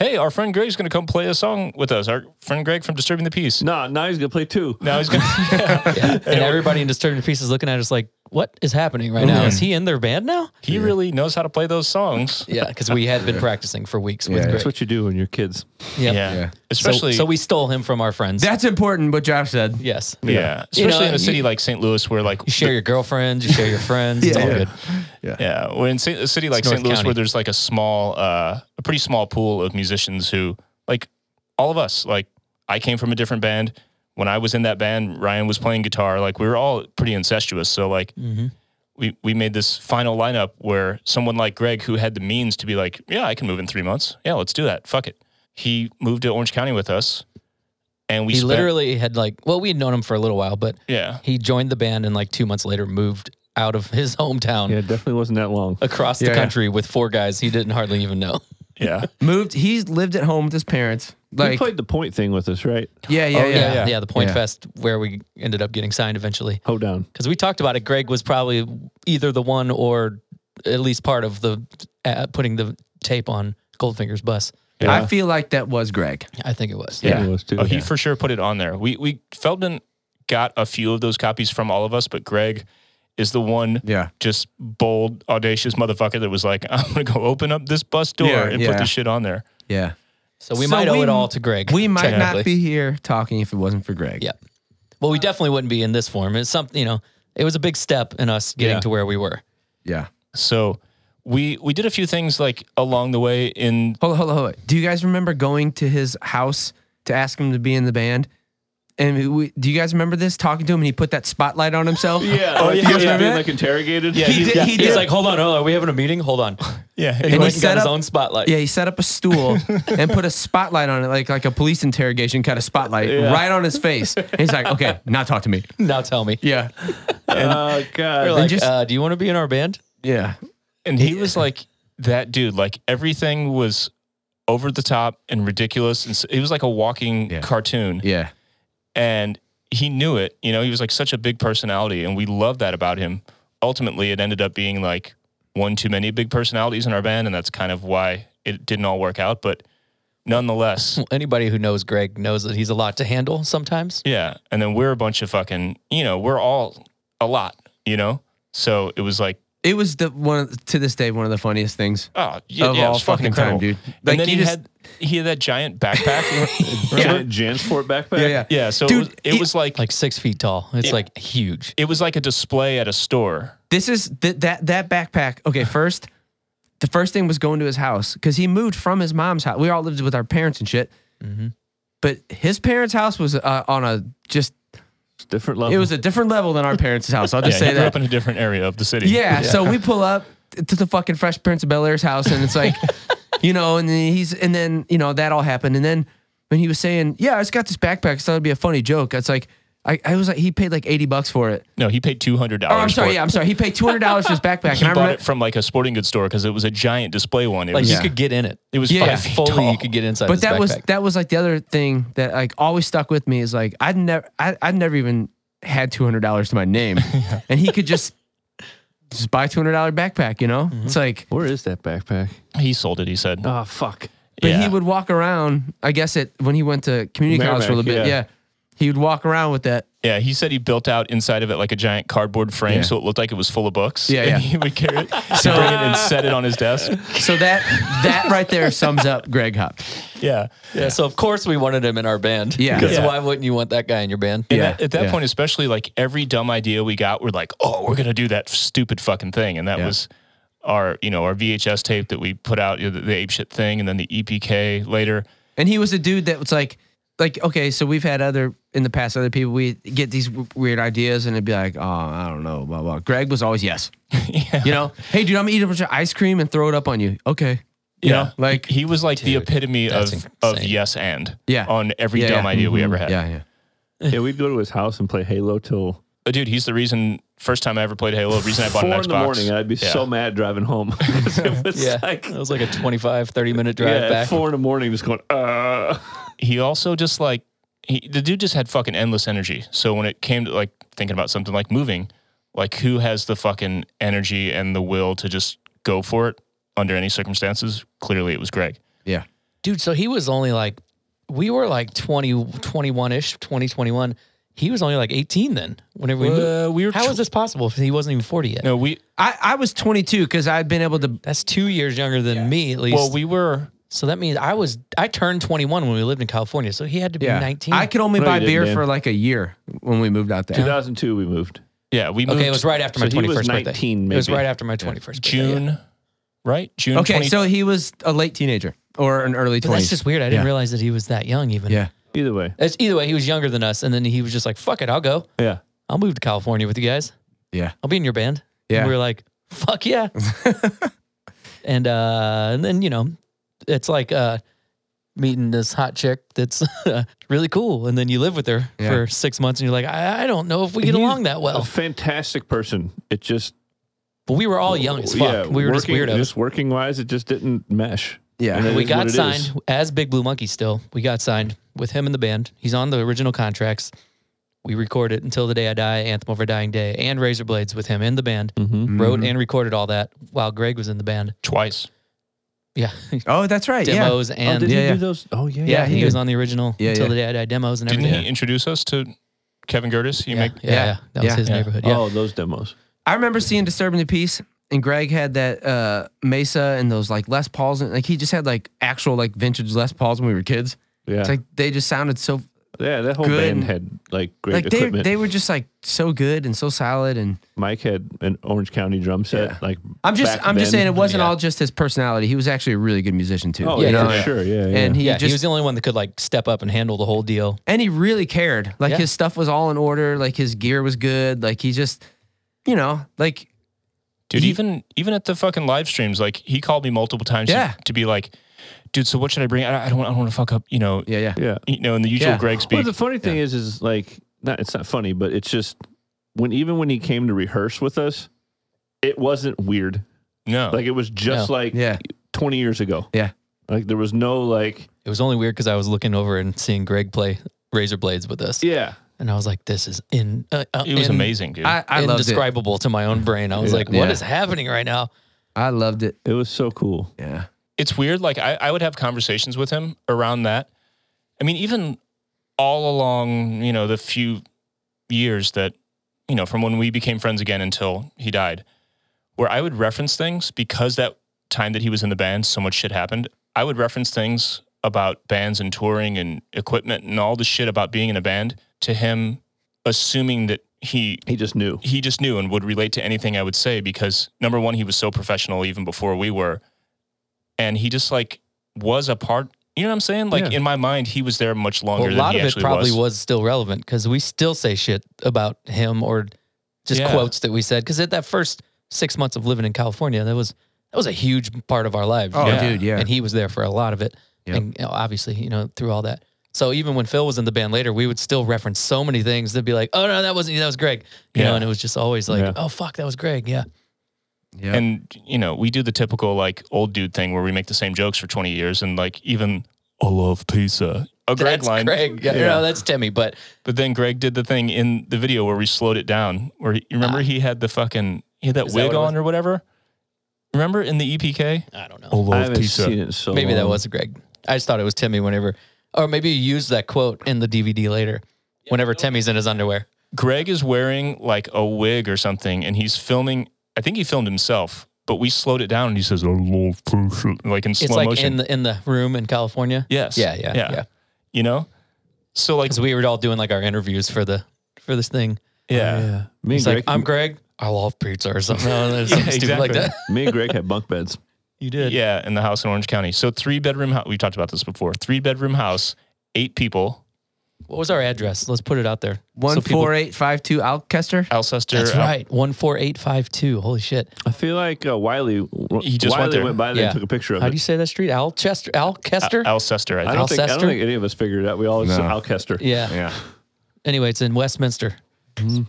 Speaker 1: hey, our friend Greg's going to come play a song with us. Our friend Greg from Disturbing the Peace.
Speaker 4: No, now he's gonna play two.
Speaker 1: Now he's going. to
Speaker 2: Yeah. And everybody in Disturbing Pieces looking at us like, what is happening right now? Is he in their band now?
Speaker 1: He really knows how to play those songs.
Speaker 2: Yeah, because we had been practicing for weeks with
Speaker 3: Yeah.
Speaker 2: Greg.
Speaker 4: That's what you do when you're kids.
Speaker 2: Yep.
Speaker 1: Yeah.
Speaker 3: Yeah.
Speaker 1: Especially.
Speaker 2: so, so we stole him from our friends.
Speaker 3: that's important. What Josh said.
Speaker 2: yes.
Speaker 1: yeah.
Speaker 2: You know,
Speaker 1: Especially in a
Speaker 2: you-
Speaker 1: city like St. Louis, where like
Speaker 2: You share your girlfriends, you share your friends. It's
Speaker 3: Yeah.
Speaker 2: all
Speaker 3: Yeah.
Speaker 2: good.
Speaker 1: Yeah, we're in Sa- a city like
Speaker 2: North
Speaker 1: St. Louis
Speaker 2: County.
Speaker 1: where there's like a small, uh, a pretty small pool of musicians who, like, all of us. Like, I came from a different band.
Speaker 2: Mm-hmm.
Speaker 1: When I was in that band, Ryan was playing guitar. Like, we were all pretty incestuous. So, like, we we made this final lineup where someone like Greg, who had the means to be like, yeah, I can move in three months. Yeah, let's do that. Fuck it. He moved to Orange County with us, and we
Speaker 2: he
Speaker 1: spent-
Speaker 2: literally had like, well, we had known him for a little while, but
Speaker 1: yeah.
Speaker 2: he joined the band and like two months later moved out of his hometown
Speaker 4: Yeah, it definitely wasn't that long.
Speaker 2: across
Speaker 3: Yeah,
Speaker 2: the
Speaker 3: yeah.
Speaker 2: country with four guys he didn't hardly even know.
Speaker 1: Yeah.
Speaker 3: Moved. He's lived at home with his parents.
Speaker 4: you
Speaker 3: Like,
Speaker 4: played the point thing with us, right?
Speaker 3: yeah, yeah,
Speaker 1: Oh,
Speaker 3: yeah,
Speaker 1: yeah, yeah.
Speaker 2: the Point
Speaker 3: Yeah.
Speaker 2: Fest where we ended up getting signed eventually.
Speaker 4: Hold down.
Speaker 2: Because we talked about it, Greg was probably either the one or at least part of the uh, putting the tape on Goldfinger's bus.
Speaker 1: Yeah.
Speaker 3: I feel like that was Greg.
Speaker 2: I think it was.
Speaker 1: Yeah.
Speaker 4: It was too.
Speaker 1: Oh, he
Speaker 4: yeah.
Speaker 1: for sure put it on there. We we Feldman got a few of those copies from all of us, but Greg is the one
Speaker 3: Yeah.
Speaker 1: just bold, audacious motherfucker that was like, I'm gonna go open up this bus door
Speaker 3: Yeah,
Speaker 1: and
Speaker 3: yeah.
Speaker 1: put this shit on there.
Speaker 3: Yeah.
Speaker 2: So we
Speaker 3: So
Speaker 2: might owe
Speaker 3: we-
Speaker 2: it all to Greg.
Speaker 3: We might
Speaker 2: technically.
Speaker 3: not be here talking if it wasn't for Greg.
Speaker 2: Yeah. Well, we definitely wouldn't be in this form. It's something, you know, it was a big step in us getting
Speaker 1: Yeah.
Speaker 2: to where we were.
Speaker 3: Yeah.
Speaker 1: So we we did a few things like along the way in
Speaker 3: Hold on, hold on, hold on. Do you guys remember going to his house to ask him to be in the band? And we, do you guys remember this? Talking to him, and he put that spotlight on himself.
Speaker 4: Yeah. Oh,
Speaker 1: yeah,
Speaker 4: yeah.
Speaker 1: yeah.
Speaker 4: Being like interrogated.
Speaker 1: Yeah,
Speaker 3: he did. he
Speaker 2: He's
Speaker 3: did.
Speaker 2: like, hold on, hold on. Are we having a meeting? Hold on.
Speaker 1: yeah
Speaker 2: And he
Speaker 3: he
Speaker 2: went and
Speaker 3: set
Speaker 2: got his
Speaker 3: up-
Speaker 2: own spotlight.
Speaker 3: yeah, he set up a stool and put a spotlight on it, like like a police interrogation kind of spotlight, right on his face. And he's like, "Okay, now talk to me."
Speaker 2: Now tell me.
Speaker 3: Yeah,
Speaker 4: oh god.
Speaker 2: We're like,
Speaker 3: just-
Speaker 2: uh, do you want to be in our band?
Speaker 3: yeah,
Speaker 1: and he was like that dude. Like everything was over the top and ridiculous, and s he was like a walking
Speaker 3: Yeah.
Speaker 1: cartoon.
Speaker 3: yeah,
Speaker 1: and he knew it. You know, he was like such a big personality, and we loved that about him. Ultimately, it ended up being like one too many big personalities in our band, and that's kind of why it didn't all work out. But nonetheless,
Speaker 2: Anybody who knows Greg knows that he's a lot to handle sometimes.
Speaker 1: yeah. And then we're a bunch of fucking, you know, we're all a lot, you know. So it was like,
Speaker 3: It was the one of- to this day one of the funniest things
Speaker 1: oh, yeah,
Speaker 3: of
Speaker 1: yeah, it
Speaker 3: all
Speaker 1: was fucking
Speaker 3: fucking time,
Speaker 1: incredible,
Speaker 3: dude.
Speaker 1: and then
Speaker 3: he
Speaker 1: he,
Speaker 3: just-
Speaker 1: had he had that giant backpack.
Speaker 4: Giant Jansport backpack.
Speaker 3: yeah, yeah,
Speaker 1: yeah, so it
Speaker 3: Dude,
Speaker 1: was, it
Speaker 3: it-
Speaker 1: was like,
Speaker 2: Like six feet tall. It's
Speaker 1: Yeah.
Speaker 2: like huge.
Speaker 1: it was like a display at a store.
Speaker 3: This is th- that that backpack. Okay, first, the first thing was going to his house because he moved from his mom's house. We all lived with our parents and shit.
Speaker 1: Mm-hmm.
Speaker 3: But his parents' house was uh, on a just.
Speaker 4: It's different level.
Speaker 3: It was a different level than our parents' house. I'll
Speaker 1: Yeah,
Speaker 3: just
Speaker 1: he
Speaker 3: say
Speaker 1: grew
Speaker 3: that.
Speaker 1: up in a different area of the city.
Speaker 3: Yeah, So we pull up to the fucking Fresh Prince of Bel Air's house, and it's like, you know, and then he's, and then you know that all happened, and then when he was saying, "Yeah, I just got this backpack," so it'd be a funny joke. It's like, I, I was like, he paid like eighty bucks for it.
Speaker 1: No, he paid two hundred dollars.
Speaker 3: Oh, I'm sorry. Yeah, I'm sorry. He paid two hundred dollars for his backpack,
Speaker 1: He
Speaker 3: and I
Speaker 1: bought
Speaker 3: remember,
Speaker 1: it from like a sporting goods store because it was a giant display one. It
Speaker 2: Like
Speaker 1: was,
Speaker 2: you could get in it.
Speaker 1: it was
Speaker 3: Yeah.
Speaker 1: five feet
Speaker 2: Fully,
Speaker 1: tall.
Speaker 2: you could get inside.
Speaker 3: but
Speaker 2: this
Speaker 3: that was
Speaker 2: backpack.
Speaker 3: that was like the other thing that like always stuck with me is like I'd never I, I'd never even had two hundred dollars to my name, and he could just just buy two hundred dollar backpack. You know,
Speaker 1: Mm-hmm.
Speaker 3: it's like
Speaker 4: Where is that backpack?
Speaker 1: He sold it. He said.
Speaker 4: Oh fuck.
Speaker 3: but
Speaker 1: yeah.
Speaker 3: he would walk around. I guess it when he went to community college for a
Speaker 4: Merrimack,
Speaker 3: little bit.
Speaker 4: yeah.
Speaker 3: Yeah. he would walk around with that.
Speaker 1: yeah, he said he built out inside of it like a giant cardboard frame,
Speaker 3: Yeah.
Speaker 1: so it looked like it was full of books.
Speaker 3: Yeah,
Speaker 1: and
Speaker 3: yeah.
Speaker 1: He would carry it,
Speaker 3: So-
Speaker 1: so, bring it and set it on his desk.
Speaker 3: So that that right there sums up Greg Hop.
Speaker 1: Yeah.
Speaker 2: yeah. So of course we wanted him in our band.
Speaker 3: Yeah.
Speaker 2: Because
Speaker 1: Yeah.
Speaker 2: why wouldn't you want that guy in your band?
Speaker 1: And
Speaker 3: Yeah,
Speaker 1: that- at that
Speaker 3: yeah.
Speaker 1: point, especially like every dumb idea we got, we're like, oh, we're gonna do that stupid fucking thing, and that
Speaker 3: Yeah.
Speaker 1: was our you know our VHS tape that we put out you know, the, the ape shit thing, and then the EPK later.
Speaker 3: And he was a dude that was like, like okay, so we've had other in the past other people we get these w- weird ideas and it'd be like, oh, I don't know, blah blah. Greg was always yes, you know. Hey, dude, I'm gonna eat a bunch of ice cream and throw it up on you. Okay, you
Speaker 1: Yeah.
Speaker 3: know, like
Speaker 1: He was like the
Speaker 2: Dude,
Speaker 1: epitome of
Speaker 2: that's
Speaker 1: of
Speaker 2: insane.
Speaker 1: yes and
Speaker 3: Yeah.
Speaker 1: on every
Speaker 3: Yeah,
Speaker 1: dumb
Speaker 3: yeah.
Speaker 1: idea we ever had.
Speaker 3: yeah, yeah.
Speaker 4: Yeah, we'd go to his house and play Halo till
Speaker 1: But Uh, dude, he's the reason. First time I ever played Halo. Reason I bought
Speaker 4: four
Speaker 1: an Xbox.
Speaker 4: in the morning. And I'd be
Speaker 1: Yeah.
Speaker 4: so mad driving home. 'Cause it was
Speaker 2: Yeah.
Speaker 4: like-
Speaker 2: it was like a 25, 30 minute
Speaker 4: yeah,
Speaker 2: drive
Speaker 4: at
Speaker 2: back.
Speaker 4: four in the morning, just going. Uh.
Speaker 1: He also just like he, the dude just had fucking endless energy. So when it came to like thinking about something like moving, like who has the fucking energy and the will to just go for it under any circumstances? Clearly, it was Greg.
Speaker 2: dude so he was only like we were like 20 21ish 20 21 he was only like 18 then whenever we moved
Speaker 1: we were
Speaker 2: how is this possible if he wasn't even 40 yet
Speaker 1: no we
Speaker 3: I I was 22 because I'd been able to.
Speaker 2: that's two years younger than me at least
Speaker 1: well we were
Speaker 2: so that means i was i turned 21 when we lived in california so he had to be
Speaker 3: Yeah,
Speaker 2: 19
Speaker 3: I could only
Speaker 4: No,
Speaker 3: buy
Speaker 4: you didn't,
Speaker 3: beer
Speaker 4: Dan.
Speaker 3: for like a year when we moved out there.
Speaker 4: 2002, we moved.
Speaker 1: yeah we moved
Speaker 2: okay it was right after my
Speaker 4: So he
Speaker 2: 21st
Speaker 4: was
Speaker 2: birthday
Speaker 4: 19
Speaker 2: it was
Speaker 4: maybe.
Speaker 2: right after my 21st birthday,
Speaker 1: June,
Speaker 2: yeah.
Speaker 1: right? June.
Speaker 3: Okay,
Speaker 1: 20
Speaker 3: so he was a late teenager or an early
Speaker 2: but that's
Speaker 3: 20s.
Speaker 2: just weird i didn't
Speaker 3: Yeah.
Speaker 2: realize that he was that young even
Speaker 3: yeah,
Speaker 4: Either way,
Speaker 2: it's, either way he was younger than us and then he was just like fuck it i'll go
Speaker 4: yeah,
Speaker 2: i'll move to california with you guys
Speaker 3: yeah,
Speaker 2: i'll be in your band
Speaker 3: Yeah.
Speaker 2: And we were like, fuck yeah. and uh and then, you know, it's like uh meeting this hot chick that's uh, really cool. And then you live with her
Speaker 3: Yeah.
Speaker 2: for six months and you're like, I, I don't know if we get
Speaker 4: He's
Speaker 2: along that
Speaker 4: A
Speaker 2: well.
Speaker 4: fantastic person. It just
Speaker 2: But we were all young as fuck. we were
Speaker 4: working,
Speaker 2: just weirdos.
Speaker 4: Just working wise, it just didn't mesh.
Speaker 3: Yeah.
Speaker 4: And it
Speaker 2: we
Speaker 4: is what
Speaker 2: got
Speaker 4: it
Speaker 2: signed
Speaker 4: is.
Speaker 2: as Big Blue Monkey still. We got signed with him in the band. He's on the original contracts. We record it until the day I die, Anthem Over Dying Day, and Razor Blades with him in the band.
Speaker 4: Mm-hmm.
Speaker 2: Wrote and recorded all that while Greg was in the band.
Speaker 1: twice.
Speaker 2: Yeah.
Speaker 3: Oh, that's right. Yeah.
Speaker 2: demos
Speaker 4: Oh,
Speaker 2: and
Speaker 4: did
Speaker 3: Yeah,
Speaker 4: he
Speaker 3: yeah.
Speaker 4: do those? Oh yeah,
Speaker 2: yeah, he,
Speaker 3: he
Speaker 2: was on the original
Speaker 3: Yeah,
Speaker 2: until
Speaker 3: yeah.
Speaker 2: the day I die demos and
Speaker 1: Didn't
Speaker 2: everything.
Speaker 1: he introduce us to Kevin Curtis? He
Speaker 2: yeah,
Speaker 1: make
Speaker 2: yeah, yeah, That was
Speaker 3: Yeah.
Speaker 2: his
Speaker 1: Yeah.
Speaker 2: neighborhood. Yeah.
Speaker 4: Oh, those demos.
Speaker 3: I remember seeing Disturbing the Peace and Greg had that uh Mesa and those like Les Pauls and like he just had like actual like vintage Les Pauls when we were kids.
Speaker 4: Yeah,
Speaker 3: It's like they just sounded so
Speaker 4: yeah. That whole
Speaker 3: good
Speaker 4: band
Speaker 3: and-
Speaker 4: had like great
Speaker 3: like they,
Speaker 4: equipment.
Speaker 3: they were just like so good and so solid and
Speaker 4: Mike had an Orange County drum set.
Speaker 3: Yeah.
Speaker 4: Like
Speaker 3: I'm just
Speaker 4: back
Speaker 3: I'm just
Speaker 4: then.
Speaker 3: saying it wasn't
Speaker 1: Yeah.
Speaker 3: all just his personality. He was actually a really good musician too.
Speaker 4: Oh
Speaker 3: you
Speaker 4: yeah,
Speaker 3: know?
Speaker 4: for sure. Yeah, yeah.
Speaker 3: And he
Speaker 2: yeah,
Speaker 3: just
Speaker 2: he was the only one that could like step up and handle the whole deal.
Speaker 3: and he really cared. Like
Speaker 2: Yeah.
Speaker 3: his stuff was all in order. Like his gear was good. Like he just, you know, like
Speaker 1: Dude,
Speaker 3: He-
Speaker 1: even even at the fucking live streams, like he called me multiple times to-
Speaker 3: Yeah.
Speaker 1: to, be like, dude, so what should I bring? I, I don't I don't want to fuck up, you know,
Speaker 3: yeah, yeah,
Speaker 4: yeah.
Speaker 1: you know, in the usual
Speaker 3: Yeah.
Speaker 1: Greg speak.
Speaker 4: Well, the funny thing is, is like, not it's not funny, but it's just when even when he came to rehearse with us, it wasn't weird.
Speaker 1: no.
Speaker 4: Like it was just
Speaker 2: No.
Speaker 4: like
Speaker 3: yeah,
Speaker 4: 20 years ago.
Speaker 3: Yeah.
Speaker 4: Like there was no like,
Speaker 2: It was only weird because I was looking over and seeing Greg play Razor Blades with us,
Speaker 4: yeah,
Speaker 2: and I was like, "This is in." Uh, uh,
Speaker 1: it was
Speaker 2: in-
Speaker 1: amazing, dude.
Speaker 3: I, I loved it.
Speaker 2: indescribable to my own brain. I was
Speaker 4: Yeah.
Speaker 2: like, "What
Speaker 3: Yeah.
Speaker 2: is happening right now?"
Speaker 3: I loved it.
Speaker 4: it was so cool.
Speaker 3: Yeah,
Speaker 1: it's weird. Like I, I would have conversations with him around that. I mean, even all along, you know, the few years that, you know, from when we became friends again until he died, where I would reference things because that time that he was in the band, so much shit happened. I would reference things about bands and touring and equipment and all the shit about being in a band to him, assuming that he
Speaker 4: He just knew.
Speaker 1: he just knew and would relate to anything I would say because number one, he was so professional even before we were. And he just like was a part, you know what I'm saying? Like
Speaker 4: Yeah.
Speaker 1: in my mind, he was there much longer
Speaker 2: Well, a lot
Speaker 1: than he
Speaker 2: of it
Speaker 1: actually
Speaker 2: probably was.
Speaker 1: was.
Speaker 2: still relevant because we still say shit about him or just
Speaker 1: Yeah.
Speaker 2: quotes that we said. Because at that first six months of living in California, that was that was a huge part of our lives. you
Speaker 3: oh
Speaker 2: know?
Speaker 1: Yeah.
Speaker 3: dude, yeah,
Speaker 2: and he was there for a lot of it.
Speaker 3: Yeah.
Speaker 2: And you know, obviously, you know, through all that. So even when Phil was in the band later, we would still reference so many things that'd be like, "Oh no, that wasn't you. That was Greg." You know,
Speaker 1: Yeah.
Speaker 2: and it was just always like,
Speaker 4: Yeah.
Speaker 2: "Oh fuck, that was Greg." Yeah,
Speaker 3: yeah.
Speaker 1: And, you know, we do the typical like old dude thing where we make the same jokes for 20 years and like even, I love pizza. A Greg
Speaker 2: that's
Speaker 1: line.
Speaker 2: Greg. Yeah,
Speaker 4: Yeah.
Speaker 2: No, that's Timmy. But
Speaker 1: But then Greg did the thing in the video where we slowed it down. Where he, you remember he had the fucking, he had that
Speaker 2: Ah. Is that
Speaker 1: wig
Speaker 2: what it
Speaker 1: on or whatever? Remember in the E EPK?
Speaker 2: I don't know.
Speaker 4: I haven't seen it in so
Speaker 2: Maybe that
Speaker 4: long.
Speaker 2: was Greg. I just thought it was Timmy whenever, or maybe you used that quote in the DVD later, whenever Timmy's in his underwear.
Speaker 1: Greg is wearing like a wig or something, and he's filming. I think he filmed himself, but we slowed it down, and he says, "I love pizza," like in slow
Speaker 2: It's like
Speaker 1: motion.
Speaker 2: in the in the room in California.
Speaker 1: yes.
Speaker 2: Yeah, yeah,
Speaker 1: yeah.
Speaker 2: yeah.
Speaker 1: You know. So like,
Speaker 2: Because we were all doing like our interviews for the for this thing.
Speaker 1: yeah.
Speaker 4: Me and
Speaker 2: It's
Speaker 4: Greg.
Speaker 2: like I'm Greg. I love pizza or something. Something stupid like
Speaker 1: exactly.
Speaker 2: that.
Speaker 4: me and Greg had bunk beds.
Speaker 2: You did.
Speaker 1: Yeah, in the house in Orange County. So three bedroom house. We've talked about this before. Three bedroom house, eight people.
Speaker 2: What was our address? Let's put it out there.
Speaker 3: One
Speaker 2: So people-
Speaker 3: four eight five two Alcester.
Speaker 1: Alcester.
Speaker 2: That's
Speaker 1: Al-
Speaker 2: right. One four eight five two. Holy shit.
Speaker 4: I feel like uh, Wiley.
Speaker 1: He just went
Speaker 4: Wiley
Speaker 1: there.
Speaker 4: went, by there
Speaker 2: Yeah.
Speaker 4: and took a picture of
Speaker 2: How
Speaker 4: it.
Speaker 2: do you say that street? Alchester. Alchester.
Speaker 1: Alcester. I
Speaker 4: I
Speaker 1: think.
Speaker 4: don't think I don't
Speaker 2: Alcester?
Speaker 4: think any of us figured it out. We all said
Speaker 3: No.
Speaker 4: Alcester.
Speaker 2: yeah.
Speaker 3: Yeah,
Speaker 2: Anyway, it's in Westminster.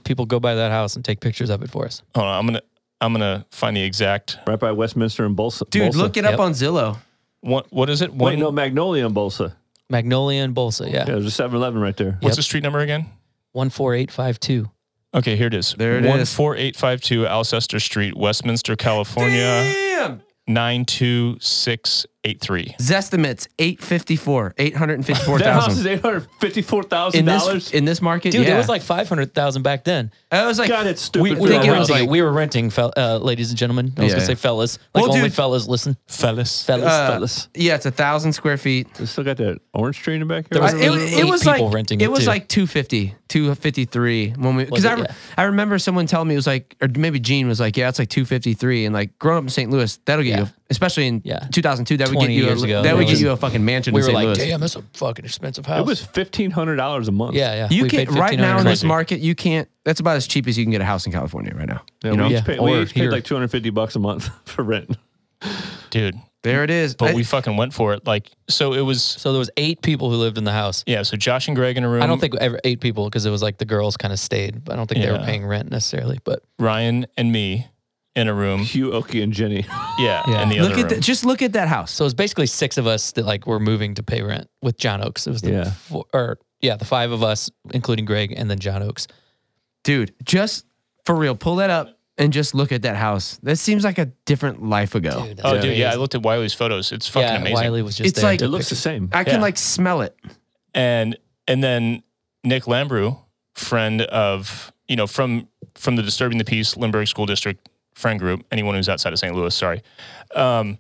Speaker 2: People go by that house and take pictures of it for us.
Speaker 1: Hold on. I'm gonna. I'm gonna find the exact
Speaker 4: Right by Westminster and Bolsa.
Speaker 3: dude,
Speaker 4: Bolsa.
Speaker 3: look it up
Speaker 2: Yep.
Speaker 3: on Zillow.
Speaker 1: one. What is it? One.
Speaker 4: Wait, no, Magnolia and Bolsa.
Speaker 2: Magnolia and Bolsa. Yeah.
Speaker 4: Yeah, there's a 7 Eleven right there.
Speaker 1: what's the street number again?
Speaker 2: One four eight five two.
Speaker 1: Okay, here it is.
Speaker 3: There it
Speaker 1: it is.
Speaker 3: is.
Speaker 1: 14852 Alcester Street, Westminster, California,
Speaker 3: Damn,
Speaker 1: 92683.
Speaker 3: Zestimates eight fifty four, eight hundred fifty four
Speaker 4: That house is
Speaker 3: thousand.
Speaker 4: eight hundred fifty-four thousand
Speaker 3: In this
Speaker 4: dollars.
Speaker 3: in this market,
Speaker 2: Dude,
Speaker 3: yeah.
Speaker 2: it was like five hundred thousand back then.
Speaker 3: I was like,
Speaker 4: God, it's stupid.
Speaker 2: We,
Speaker 4: for
Speaker 2: we were
Speaker 4: a
Speaker 3: think it
Speaker 4: house.
Speaker 3: was
Speaker 2: renting.
Speaker 3: like-
Speaker 2: we were renting, fel- uh, ladies and gentlemen. I was
Speaker 3: Yeah,
Speaker 2: gonna
Speaker 3: yeah.
Speaker 2: say fellas, like
Speaker 3: Well,
Speaker 2: only
Speaker 3: dude-
Speaker 2: fellas. Listen,
Speaker 1: Fellas.
Speaker 2: fellas.
Speaker 3: uh,
Speaker 4: Fellas.
Speaker 3: yeah, it's a thousand square feet.
Speaker 4: They still got that orange tree in the back
Speaker 2: There
Speaker 4: here.
Speaker 2: was
Speaker 3: I-
Speaker 2: eight- eight people
Speaker 3: like
Speaker 2: renting
Speaker 3: it,
Speaker 2: it,
Speaker 3: was
Speaker 2: too.
Speaker 3: like 250 253 when we
Speaker 2: Was
Speaker 3: because
Speaker 2: it?
Speaker 3: I, re-
Speaker 2: Yeah.
Speaker 3: I remember someone telling me it was like or maybe gene was like yeah it's like 253 and like growing up in st louis that'll get
Speaker 2: Yeah.
Speaker 3: you especially in
Speaker 2: Yeah.
Speaker 3: 2002. That would
Speaker 2: 20
Speaker 3: get you. A,
Speaker 2: years ago,
Speaker 3: that
Speaker 2: it
Speaker 3: would get
Speaker 2: was-
Speaker 3: you a fucking mansion.
Speaker 2: we
Speaker 3: in
Speaker 2: were
Speaker 3: St.
Speaker 2: like,
Speaker 3: Louis.
Speaker 2: damn, that's a fucking expensive house.
Speaker 4: It was fifteen hundred dollars a month.
Speaker 2: yeah, yeah.
Speaker 3: You
Speaker 2: We
Speaker 3: can't
Speaker 2: paid
Speaker 3: right now in this
Speaker 1: $1,500.
Speaker 3: market. You can't. That's about as cheap as you can get a house in California right now.
Speaker 4: Yeah,
Speaker 3: you know,
Speaker 4: we each
Speaker 2: Yeah,
Speaker 4: paid, we
Speaker 2: or
Speaker 4: each paid
Speaker 2: here.
Speaker 4: like two hundred fifty bucks a month for rent.
Speaker 1: dude.
Speaker 3: there it is.
Speaker 1: But
Speaker 3: I-
Speaker 1: we fucking went for it. Like, so it was,
Speaker 2: So there was eight people who lived in the house.
Speaker 1: yeah. So Josh and Greg in a room.
Speaker 2: I don't think ever eight people because it was like the girls kind of stayed, but I don't think they were
Speaker 1: Yeah.
Speaker 2: paying rent necessarily. But
Speaker 1: Ryan and me in a
Speaker 2: Hmm?
Speaker 1: room.
Speaker 4: Hugh, Oki, and Jenny.
Speaker 1: Yeah.
Speaker 2: Yeah.
Speaker 1: And the
Speaker 3: look
Speaker 1: other
Speaker 3: at the,
Speaker 1: room.
Speaker 3: just look at that house.
Speaker 2: so it was basically six of us that like were moving to pay rent with John Oaks. It was the
Speaker 4: Yeah.
Speaker 2: four, or yeah, the five of us, including Greg and then John Oaks.
Speaker 3: dude just for real pull that up and just look at that house that seems like a different life ago
Speaker 2: Dude, that's
Speaker 1: Oh, dude.
Speaker 2: crazy.
Speaker 1: Yeah. I looked at Wiley's photos. It's fucking
Speaker 2: yeah,
Speaker 1: amazing.
Speaker 2: Wiley was just
Speaker 3: It's
Speaker 2: there.
Speaker 3: like-
Speaker 4: it looks the same.
Speaker 3: i can
Speaker 1: Yeah.
Speaker 3: like smell it
Speaker 1: and and then Nick Lambrew, friend of you know from from the Disturbing the Peace Lindbergh School District friend group. Anyone who's outside of St. Louis, sorry. Um,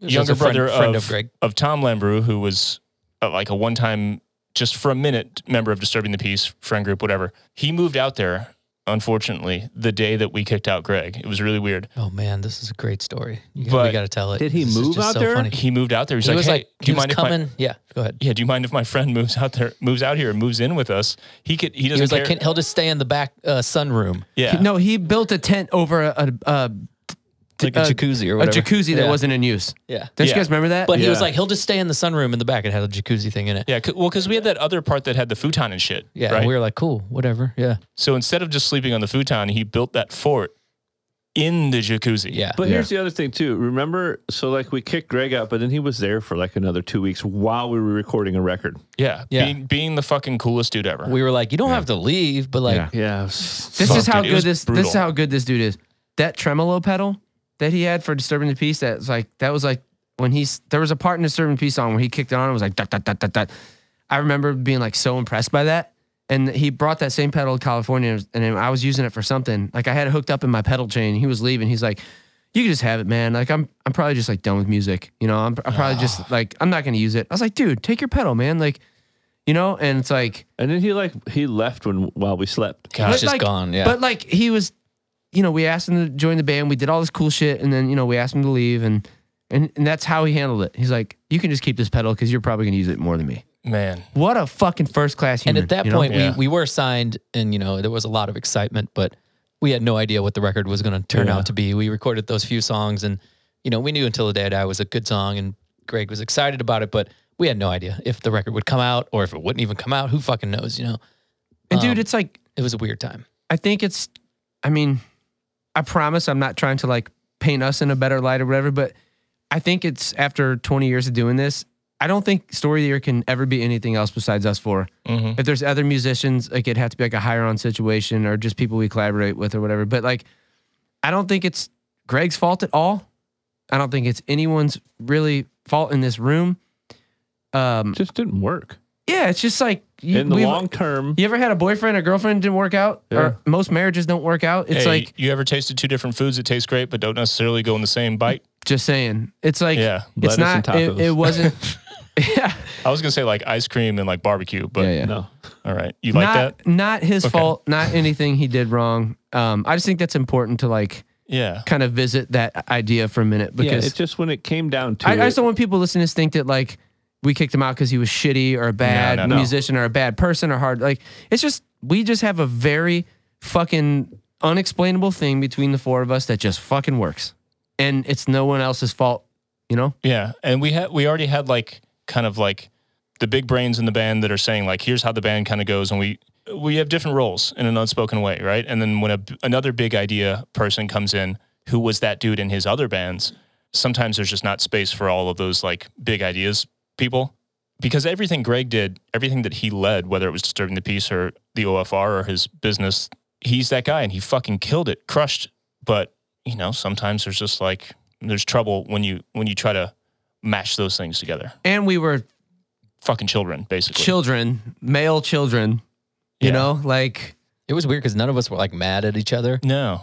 Speaker 2: It was
Speaker 1: younger
Speaker 2: a friend-
Speaker 1: brother
Speaker 2: friend
Speaker 1: of,
Speaker 2: of Greg.
Speaker 1: of Tom Lambrew, who was uh, like a one time, just for a minute, member of Disturbing the Peace friend group, whatever. He moved out there. Unfortunately, the day that we kicked out Greg, it was really weird.
Speaker 2: Oh man, this is a great story. You got,
Speaker 1: But
Speaker 2: we got to tell it.
Speaker 4: did he
Speaker 2: This is
Speaker 4: move
Speaker 2: just
Speaker 4: out
Speaker 2: so
Speaker 4: there?
Speaker 2: Funny.
Speaker 1: He moved out there. He's
Speaker 2: he
Speaker 1: like,
Speaker 2: was
Speaker 1: "Hey,
Speaker 2: like,
Speaker 1: do
Speaker 2: he
Speaker 1: you
Speaker 2: was
Speaker 1: mind if my
Speaker 2: coming? yeah, go ahead.
Speaker 1: yeah, do you mind if my friend moves out there, moves out here, and moves in with us? He could, he doesn't
Speaker 2: He was
Speaker 1: care.
Speaker 2: like, can, he'll just stay in the back uh, sunroom,
Speaker 1: yeah,
Speaker 3: no he built a tent over a, a, a,
Speaker 2: like a
Speaker 3: uh,
Speaker 2: jacuzzi or
Speaker 3: a
Speaker 2: whatever.
Speaker 3: jacuzzi that
Speaker 2: Yeah.
Speaker 3: wasn't in use
Speaker 2: Yeah,
Speaker 3: don't
Speaker 1: Yeah.
Speaker 3: you guys remember that
Speaker 2: but he was
Speaker 4: Yeah.
Speaker 2: like, he'll just stay in the sunroom in the back. It had a jacuzzi thing in it.
Speaker 1: Yeah, c- well, because we had that other part that had the futon and shit.
Speaker 2: Yeah,
Speaker 1: right.
Speaker 2: and we were like, cool, whatever. Yeah,
Speaker 1: so instead of just sleeping on the futon, he built that fort in the jacuzzi.
Speaker 2: yeah.
Speaker 4: But here's the other thing too. Remember, so like we kicked Greg out, but then he was there for like another two weeks while we were recording a record.
Speaker 1: yeah,
Speaker 2: Yeah.
Speaker 1: Being, being the fucking coolest dude ever.
Speaker 2: we were like, you don't have to leave, but like,
Speaker 3: Yeah.
Speaker 4: Yeah.
Speaker 3: this
Speaker 1: Fuck,
Speaker 3: is how
Speaker 1: dude, it
Speaker 3: good
Speaker 1: was
Speaker 3: this this is
Speaker 1: brutal.
Speaker 3: how good this dude is that tremolo pedal that he had for disturbing the peace that's like that was like when he's there was a part in disturbing the peace song where he kicked it on and was like dot dot dot dot dot i remember being like so impressed by that and he brought that same pedal to california and i was using it for something like i had it hooked up in my pedal chain he was leaving he's like you can just have it man like i'm i'm probably just like done with music you know i'm, I'm probably just like i'm not gonna use it i was like dude take your pedal man like you know and it's like
Speaker 4: And then he like he left when while we slept.
Speaker 2: gosh,
Speaker 3: but
Speaker 2: just
Speaker 3: like-
Speaker 2: gone. Yeah,
Speaker 3: But like he was, you know, we asked him to join the band. We did all this cool shit, and then you know we asked him to leave, and and, and that's how he handled it. He's like, you can just keep this pedal because you're probably gonna use it more than me.
Speaker 1: Man,
Speaker 3: What a fucking first class
Speaker 2: and
Speaker 3: human.
Speaker 2: at that
Speaker 3: Hmm, you know?
Speaker 2: point,
Speaker 1: Yeah.
Speaker 2: we we were signed, and you know, there was a lot of excitement, but we had no idea what the record was going to turn out to be. We recorded those few songs, and you know, we knew until the day I die was a good song, and Greg was excited about it, but we had no idea if the record would come out or if it wouldn't even come out. Who fucking knows? You know,
Speaker 3: and dude,
Speaker 2: um,
Speaker 3: it's like
Speaker 2: it was a weird time.
Speaker 3: I think it's, I mean, I promise I'm not trying to like paint us in a better light or whatever, but I think it's after 20 years of doing this. I don't think Story of the Year can ever be anything else besides us four.
Speaker 1: Mhm.
Speaker 3: If there's other musicians, like it'd have to be like a higher on situation or just people we collaborate with or whatever. But like, I don't think it's Greg's fault at all. I don't think it's anyone's really fault in this room. Um,
Speaker 4: Just didn't work.
Speaker 3: yeah, it's just like you,
Speaker 4: In the
Speaker 3: we've-
Speaker 4: long term,
Speaker 3: you ever had a boyfriend or girlfriend didn't work out?
Speaker 4: Yeah.
Speaker 3: Or most marriages don't work out. It's
Speaker 1: Hey,
Speaker 3: like
Speaker 1: you ever tasted two different foods that taste great but don't necessarily go in the same bite?
Speaker 3: Just saying. It's like
Speaker 1: yeah,
Speaker 3: it's
Speaker 4: Lettuce
Speaker 3: not
Speaker 4: and
Speaker 3: it,
Speaker 4: tacos.
Speaker 3: it wasn't yeah,
Speaker 1: I was gonna say like ice cream and like barbecue, but
Speaker 4: no.
Speaker 1: all right, you like
Speaker 3: not
Speaker 1: that?
Speaker 3: not his
Speaker 1: Okay.
Speaker 3: fault, not anything he did wrong. Um I just think that's important to like
Speaker 1: Yeah,
Speaker 3: kind of visit that idea for a minute because
Speaker 4: yeah, it's just when it came down to
Speaker 3: I, I
Speaker 4: it,
Speaker 3: just don't want people listening to think that like we kicked him out because he was shitty or a bad
Speaker 1: no, no.
Speaker 3: musician or a bad person or hard. Like it's just we just have a very fucking unexplainable thing between the four of us that just fucking works, and it's no one else's fault. You know?
Speaker 1: yeah. And we had we already had like kind of like the big brains in the band that are saying like here's how the band kind of goes, and we we have different roles in an unspoken way, right? And then when a, another big idea person comes in, who was that dude in his other bands? Sometimes there's just not space for all of those like big ideas people because everything Greg did, everything that he led, whether it was disturbing the peace or the OFR or his business, he's that guy and he fucking killed it, crushed. But you know, sometimes there's just like there's trouble when you when you try to mash those things together.
Speaker 3: And we were
Speaker 1: Fucking children, basically.
Speaker 3: children, male children. You
Speaker 1: Yeah.
Speaker 3: know, like
Speaker 2: It was weird because none of us were like mad at each other.
Speaker 1: No.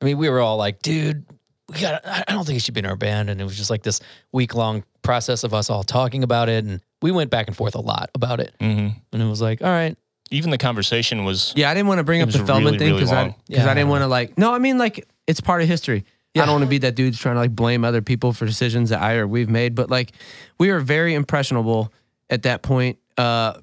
Speaker 2: I mean, we were all like, dude, we got. I I don't think it should be in our band, and it was just like this week long process of us all talking about it, and we went back and forth a lot about it,
Speaker 1: hmm
Speaker 2: and it was like, all right,
Speaker 1: Even the conversation was
Speaker 3: yeah, I didn't want to bring
Speaker 1: It
Speaker 3: up the
Speaker 1: was
Speaker 3: Feldman
Speaker 1: really,
Speaker 3: thing
Speaker 1: really
Speaker 3: because I
Speaker 1: long.
Speaker 3: because I
Speaker 2: Yeah.
Speaker 3: didn't want to like no, I mean like it's part of history.
Speaker 2: Yeah.
Speaker 3: I don't want to be that dude's trying to like blame other people for decisions that I or we've made, but like we were very impressionable at that point. Uh,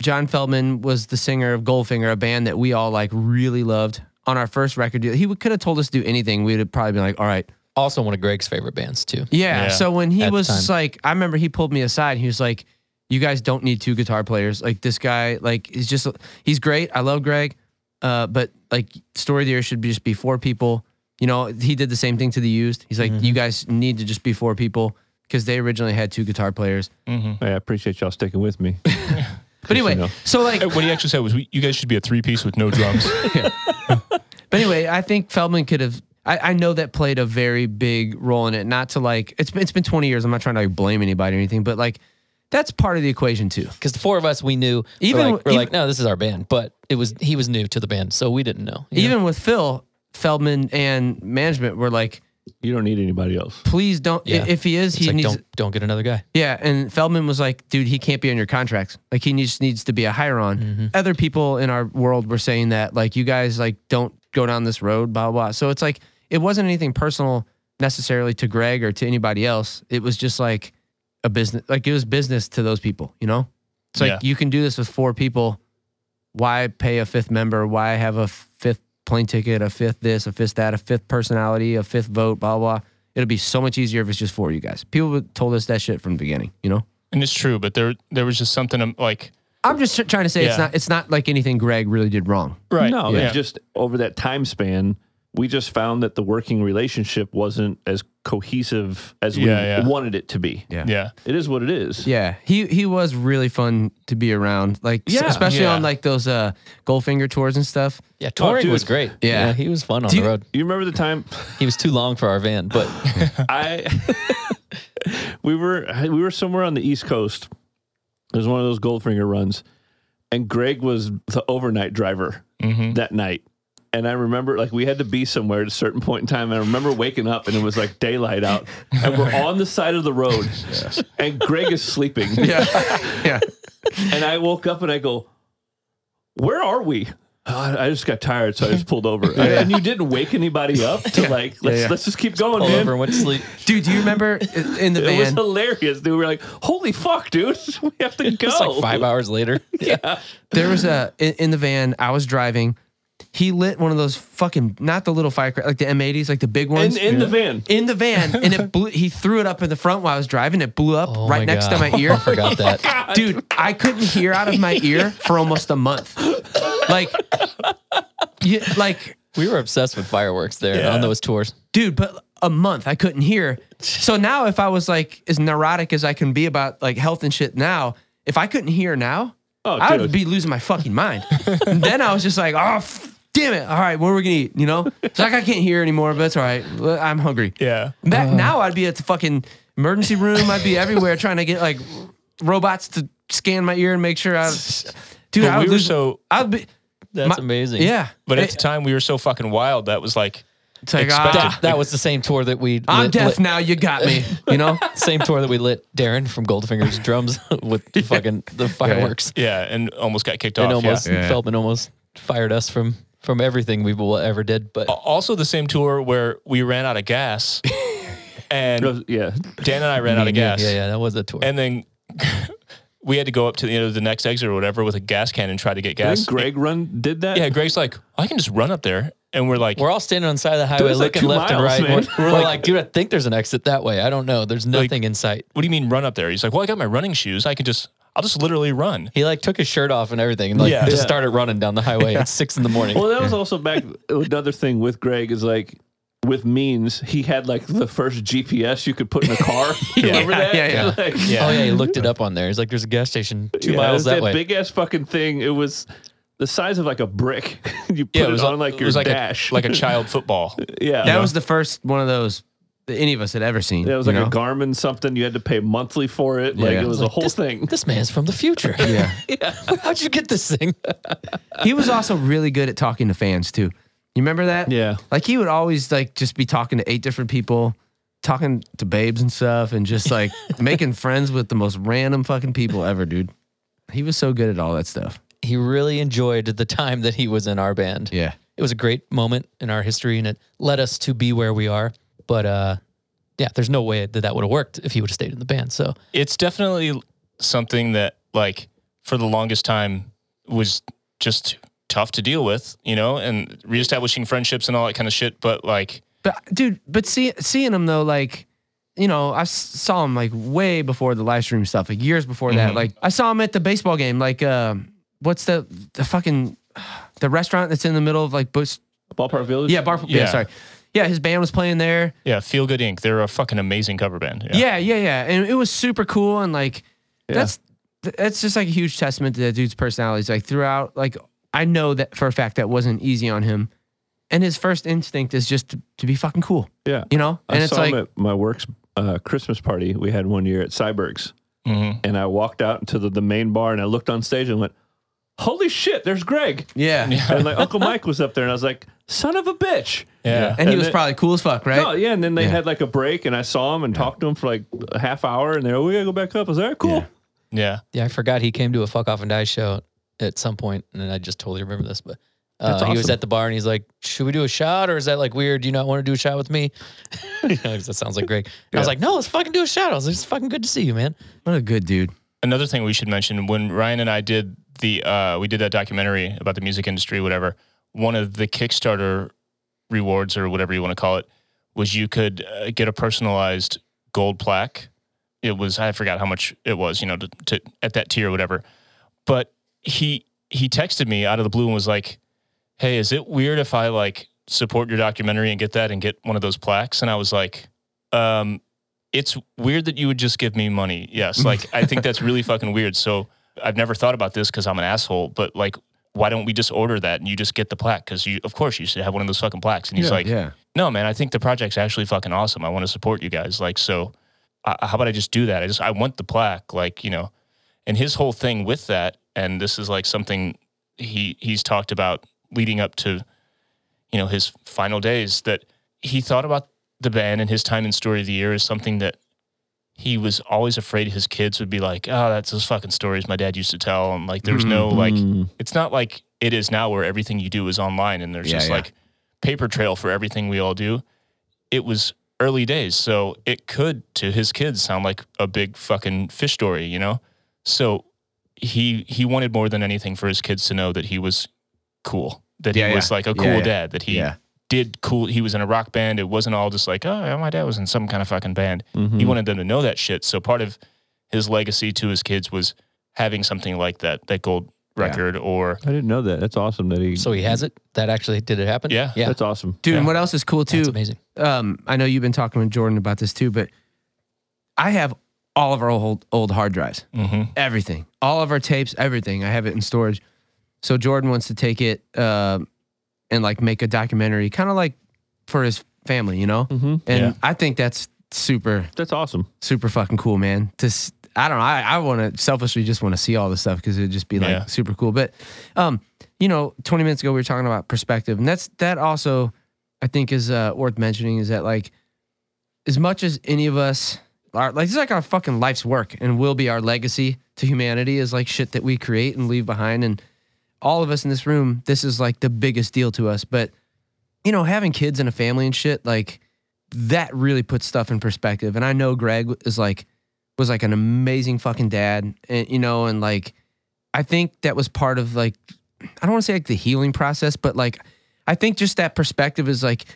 Speaker 3: John Feldman was the singer of Goldfinger, a band that we all like really loved. On our first record deal, he would- could have told us to do anything. We'd have probably been like, "All right,
Speaker 2: Also, one of Greg's favorite bands too.
Speaker 3: yeah.
Speaker 1: Yeah.
Speaker 3: So when he
Speaker 2: At the
Speaker 3: was
Speaker 2: time.
Speaker 3: like, I remember he pulled me aside. And he was like, "You guys don't need two guitar players. Like this guy, like he's just he's great. I love Greg, uh, but like story of the year should be just be four people. You know, he did the same thing to the used. He's like,
Speaker 2: Mm-hmm.
Speaker 3: you guys need to just be four people because they originally had two guitar players.
Speaker 1: Mm-hmm.
Speaker 4: I appreciate y'all sticking with me.
Speaker 3: But anyway,
Speaker 4: know.
Speaker 3: so like,
Speaker 1: uh, What he actually said was, "We- "You guys should be a three piece with no drums."
Speaker 3: But anyway, I think Feldman could have. I, I know that played a very big role in it. Not to like, it's been, it's been 20 years. I'm not trying to like blame anybody or anything, but like, that's part of the equation too.
Speaker 2: Because the four of us we knew. Even
Speaker 3: Even-
Speaker 2: we're, like, we're
Speaker 3: even-
Speaker 2: like, no, this is our band, but it was he was new to the band, so we didn't know. you know?
Speaker 3: Even with Phil, Feldman and management were like,
Speaker 4: You don't need anybody else.
Speaker 3: please don't. i-
Speaker 2: Yeah.
Speaker 3: If he is,
Speaker 2: it's
Speaker 3: he
Speaker 2: like
Speaker 3: needs.
Speaker 2: don't don't get another guy.
Speaker 3: Yeah. And Feldman was like, dude, he can't be on your contracts. Like, he needs, needs to be a hire
Speaker 2: Mm-hmm.
Speaker 3: on. Other people in our world were saying that, like, you guys, like, don't go down this road, blah, blah. blah. So it's like, it wasn't anything personal necessarily to Greg or to anybody else. It was just like a business, like, it was business to those people, you know? It's like,
Speaker 1: Yeah.
Speaker 3: you can do this with four people. Why pay a fifth member? Why have a fifth plane ticket, a fifth this, a fifth that, a fifth personality, a fifth vote, blah, blah. blah. It'll be so much easier if it's just four of you guys. People told us that shit from the beginning, you know?
Speaker 1: and it's true, but there there was just something um, like
Speaker 3: I'm just tr- trying to say it's
Speaker 1: Yeah.
Speaker 3: not it's not like anything Greg really did wrong.
Speaker 1: right.
Speaker 4: No,
Speaker 1: yeah.
Speaker 4: it's just over that time span, we just found that the working relationship wasn't as cohesive as we
Speaker 1: Yeah, yeah.
Speaker 4: wanted it to be.
Speaker 3: Yeah.
Speaker 1: yeah.
Speaker 4: It is what it is.
Speaker 3: Yeah, he he was really fun to be around, like s-
Speaker 4: Yeah.
Speaker 3: especially
Speaker 1: Yeah.
Speaker 3: on like those uh Goldfinger tours and stuff.
Speaker 2: Yeah, touring
Speaker 4: dude.
Speaker 2: was great.
Speaker 3: Yeah.
Speaker 2: he was fun on
Speaker 3: Do
Speaker 2: the
Speaker 3: you-
Speaker 2: road.
Speaker 4: You remember the time
Speaker 2: He was too long for our van, but
Speaker 4: I we were we were somewhere on the East Coast. It was one of those Goldfinger runs, and Greg was the overnight driver
Speaker 3: Mm-hmm.
Speaker 1: Mhm.
Speaker 4: that night. And I remember, like, we had to be somewhere at a certain point in time. And I remember waking up, and it was like daylight out, and we're on the side of the road, and Greg is sleeping.
Speaker 3: Yeah, yeah,
Speaker 4: And I woke up, and I go, "Where are we?" "Oh, I I just got tired, so I just pulled over. And you didn't wake anybody up to like, let's
Speaker 3: yeah.
Speaker 4: let's just keep going,
Speaker 2: all
Speaker 4: man.
Speaker 2: over and went to sleep.
Speaker 3: dude. Do you remember i- in the
Speaker 4: It was
Speaker 3: van?
Speaker 4: hilarious, dude. We were like, holy fuck, dude. We have to go.
Speaker 2: It's like five hours later.
Speaker 3: There was a in, in the van. I was driving. He lit one of those fucking not the little firecracker, like the M80s, like the big ones.
Speaker 4: In, in the van.
Speaker 3: in the van and it blew he threw it up in the front while I was driving. It blew up
Speaker 2: Oh
Speaker 3: right
Speaker 2: my
Speaker 3: next
Speaker 2: God.
Speaker 3: to my ear.
Speaker 2: I forgot that.
Speaker 3: Dude, I couldn't hear out of my ear for almost a month. Like you, like
Speaker 2: We were obsessed with fireworks there on those tours.
Speaker 3: dude, but a month I couldn't hear. So now if I was like as neurotic as I can be about like health and shit now, if I couldn't hear now,
Speaker 4: Oh,
Speaker 3: I would
Speaker 4: dude.
Speaker 3: be losing my fucking mind. And then I was just like, oh, f- damn it. All right, what are we going to eat? You know? It's like I can't hear anymore, but it's all right. I'm hungry.
Speaker 1: Yeah. Uh.
Speaker 3: Back now, I'd be at the fucking emergency room. I'd be everywhere trying to get like robots to scan my ear and make sure I. Dude,
Speaker 1: But
Speaker 3: I would
Speaker 1: we were
Speaker 3: lose-
Speaker 1: so-
Speaker 3: I'd be.
Speaker 2: That's
Speaker 3: my-
Speaker 2: amazing.
Speaker 3: Yeah,
Speaker 1: But at
Speaker 3: It-
Speaker 1: the time, we were so fucking wild that was like,
Speaker 3: it's like,
Speaker 1: expected.
Speaker 3: ah,
Speaker 2: That, that was the same tour that we.
Speaker 3: I'm
Speaker 2: lit-
Speaker 3: deaf
Speaker 2: lit-
Speaker 3: now. You got me. You know.
Speaker 2: Same tour that we lit Darren from Goldfinger's drums with the fucking the fireworks.
Speaker 1: yeah, and almost got kicked
Speaker 2: And
Speaker 1: off. yeah.
Speaker 2: almost Feldman almost fired us from from everything we will ever did. But
Speaker 1: also the same tour where we ran out of gas and
Speaker 4: It was- yeah.
Speaker 1: Dan and I ran out of gas.
Speaker 2: yeah, yeah, that was a tour.
Speaker 1: And then we had to go up to the end of the next exit or whatever with a gas can and try to get gas.
Speaker 4: Didn't Greg run did that?
Speaker 1: yeah, Greg's like, I can just run up there. And we're like,
Speaker 2: we're all standing on the side of the highway,
Speaker 4: There's like
Speaker 2: looking
Speaker 4: two
Speaker 2: left and
Speaker 4: miles,
Speaker 2: right.
Speaker 4: man.
Speaker 2: We're, we're like, dude, I think there's an exit that way. I don't know. There's nothing in sight.
Speaker 1: what do you mean run up there? He's like, well, I got my running shoes. I can just, I'll just literally run.
Speaker 2: He like took his shirt off and everything, and like
Speaker 1: Yeah.
Speaker 2: just
Speaker 1: Yeah.
Speaker 2: started running down the highway at six in the morning. Oh,
Speaker 4: Well, that was also back. Another thing with Greg is like, with means, he had like the first GPS you could put in a car. You Remember that?
Speaker 3: yeah, yeah.
Speaker 4: Like,
Speaker 2: Oh yeah, he looked it up on there. He's like, there's a gas station two
Speaker 4: yeah, it
Speaker 2: miles
Speaker 4: was
Speaker 2: that
Speaker 4: that
Speaker 2: way.
Speaker 4: big ass fucking thing. It was the size of like a brick. you put it, on like
Speaker 1: it
Speaker 4: your
Speaker 1: was
Speaker 4: dash.
Speaker 1: A, like a child football.
Speaker 4: yeah.
Speaker 3: That was the first one of those that any of us had ever seen.
Speaker 4: Yeah, it was like
Speaker 3: you
Speaker 4: a
Speaker 3: know?
Speaker 4: Garmin something. You had to pay monthly for it. Like
Speaker 3: Yeah.
Speaker 4: it was a whole
Speaker 2: this,
Speaker 4: thing.
Speaker 2: This man's from the future.
Speaker 3: Yeah.
Speaker 2: How'd you get this thing?
Speaker 3: he was also really good at talking to fans too. You remember that?
Speaker 4: Yeah.
Speaker 3: Like he would always like just be talking to eight different people, talking to babes and stuff, and just like making friends with the most random fucking people ever, dude. He was so good at all that stuff.
Speaker 2: He really enjoyed the time that he was in our band.
Speaker 3: Yeah.
Speaker 2: it was a great moment in our history, and it led us to be where we are. But uh, yeah, there's no way that that would have worked if he would have stayed in the band. So
Speaker 1: it's definitely something that like for the longest time was just tough to deal with, you know, and reestablishing friendships and all that kind of shit. But like,
Speaker 3: But dude, but see, seeing him though, like, you know, I s- saw him like way before the live stream stuff, like years before that.
Speaker 4: Mm-hmm.
Speaker 1: Mhm.
Speaker 3: Like, I saw him at the baseball game. Like, um, what's the the fucking the restaurant that's in the middle of like Bush?
Speaker 4: Ballpark Village.
Speaker 3: Yeah, bar. Yeah.
Speaker 1: Yeah.
Speaker 3: sorry. Yeah, his band was playing there.
Speaker 1: yeah, Feel Good Inc. They're a fucking amazing cover band.
Speaker 3: Yeah, yeah, yeah, and it was super cool. And like,
Speaker 4: Yeah.
Speaker 3: that's that's just like a huge testament to that dude's personality. It's, Like throughout, like I know that for a fact that wasn't easy on him. And his first instinct is just to, to be fucking cool,
Speaker 4: yeah.
Speaker 3: you know. And
Speaker 4: I
Speaker 3: it's
Speaker 4: saw
Speaker 3: like,
Speaker 4: him at my work's uh, Christmas party we had one year at Cyberg's,
Speaker 1: Mhm.
Speaker 4: and I walked out into the, the main bar and I looked on stage and went, "Holy shit, there's Greg!"
Speaker 3: yeah,
Speaker 4: And like Uncle Mike was up there, and I was like, "Son of a bitch!"
Speaker 1: Yeah.
Speaker 3: And, he
Speaker 4: And
Speaker 3: was
Speaker 4: it-
Speaker 3: probably cool as fuck, right?
Speaker 4: No, yeah, and then they
Speaker 3: Yeah.
Speaker 4: had like a break, and I saw him and talked to him for like a half hour, and they're, "Oh, we gotta go back up." I was like, "All right, "Cool."
Speaker 1: Yeah.
Speaker 2: yeah, I forgot he came to a fuck off and die show at some point, and I just totally remember this. But uh,
Speaker 4: That's
Speaker 2: he was
Speaker 4: awesome.
Speaker 2: at the bar and he's like, "Should we do a shot, or is that like weird? Do you not want to do a shot with me?" You know, 'cause that sounds like Greg. And I was like, "No, let's fucking do a shot." I was like, "It's fucking good to see you, man."
Speaker 3: What a good dude.
Speaker 1: Another thing we should mention when Ryan and I did the, uh, we did that documentary about the music industry, whatever, one of the Kickstarter rewards or whatever you want to call it was you could uh, get a personalized gold plaque. It was, I forgot how much it was, you know, to, to at that tier or whatever. But he, he texted me out of the blue and was like, Hey, is it weird if I like support your documentary and get that and get one of those plaques? And I was like, um, it's weird that you would just give me money. Yes. Like, I think that's really fucking weird. So I've never thought about this because I'm an asshole, but like, why don't we just order that and you just get the plaque? Because you, of course, you should have one of those fucking plaques. And he's like,
Speaker 3: yeah.
Speaker 1: no, man, I think the project's actually fucking awesome. I want to support you guys. Like, so I, how about I just do that? I just, I want the plaque, like, you know, and his whole thing with that. And this is like something he, he's talked about leading up to, you know, his final days that he thought about the band and his time in story of the year is something that he was always afraid his kids would be like, oh, that's those fucking stories my dad used to tell. And like, there's no like,
Speaker 4: Mm.
Speaker 1: it's not like it is now where everything you do is online and there's
Speaker 3: Yeah,
Speaker 1: just
Speaker 3: yeah.
Speaker 1: like paper trail for everything we all do. It was early days, so it could to his kids sound like a big fucking fish story, you know? So he he wanted more than anything for his kids to know that he was cool. That
Speaker 3: Yeah,
Speaker 1: he
Speaker 3: yeah.
Speaker 1: was like a
Speaker 3: Yeah,
Speaker 1: cool
Speaker 3: yeah.
Speaker 1: dad, that he
Speaker 3: Yeah.
Speaker 1: did cool he was in a rock band. It wasn't all just like, oh yeah, my dad was in some kind of fucking band.
Speaker 4: Mhm.
Speaker 1: He wanted them to know that shit. So part of his legacy to his kids was having something like that, that gold
Speaker 3: Yeah.
Speaker 1: record or
Speaker 4: I didn't know that. That's awesome that he.
Speaker 2: So he has it. That actually did it happen.
Speaker 1: Yeah.
Speaker 2: yeah,
Speaker 4: That's awesome.
Speaker 3: Dude, and
Speaker 1: Yeah.
Speaker 3: what else is cool too?
Speaker 2: that's amazing.
Speaker 3: Um, I know you've been talking with Jordan about this too, but I have all of our old old hard drives,
Speaker 1: hmm
Speaker 3: everything, all of our tapes, everything. I have it in storage. So Jordan wants to take it uh, and like make a documentary, kind of like for his family, you know.
Speaker 4: hmm
Speaker 3: And
Speaker 1: Yeah.
Speaker 3: I think that's super
Speaker 4: That's awesome.
Speaker 3: super fucking cool, man. To s- I don't know. I, I want to selfishly just want to see all this stuff because it'd just be like
Speaker 1: Yeah.
Speaker 3: super cool. But, um, you know, 20 minutes ago we were talking about perspective, and that's that also I think is uh, worth mentioning is that like as much as any of us are like this is like our fucking life's work and will be our legacy to humanity is like shit that we create and leave behind and all of us in this room this is like the biggest deal to us but you know having kids and a family and shit like that really puts stuff in perspective and i know greg is like was like an amazing fucking dad and you know and like i think that was part of like i don't want to say like the healing process but like i think just that perspective is like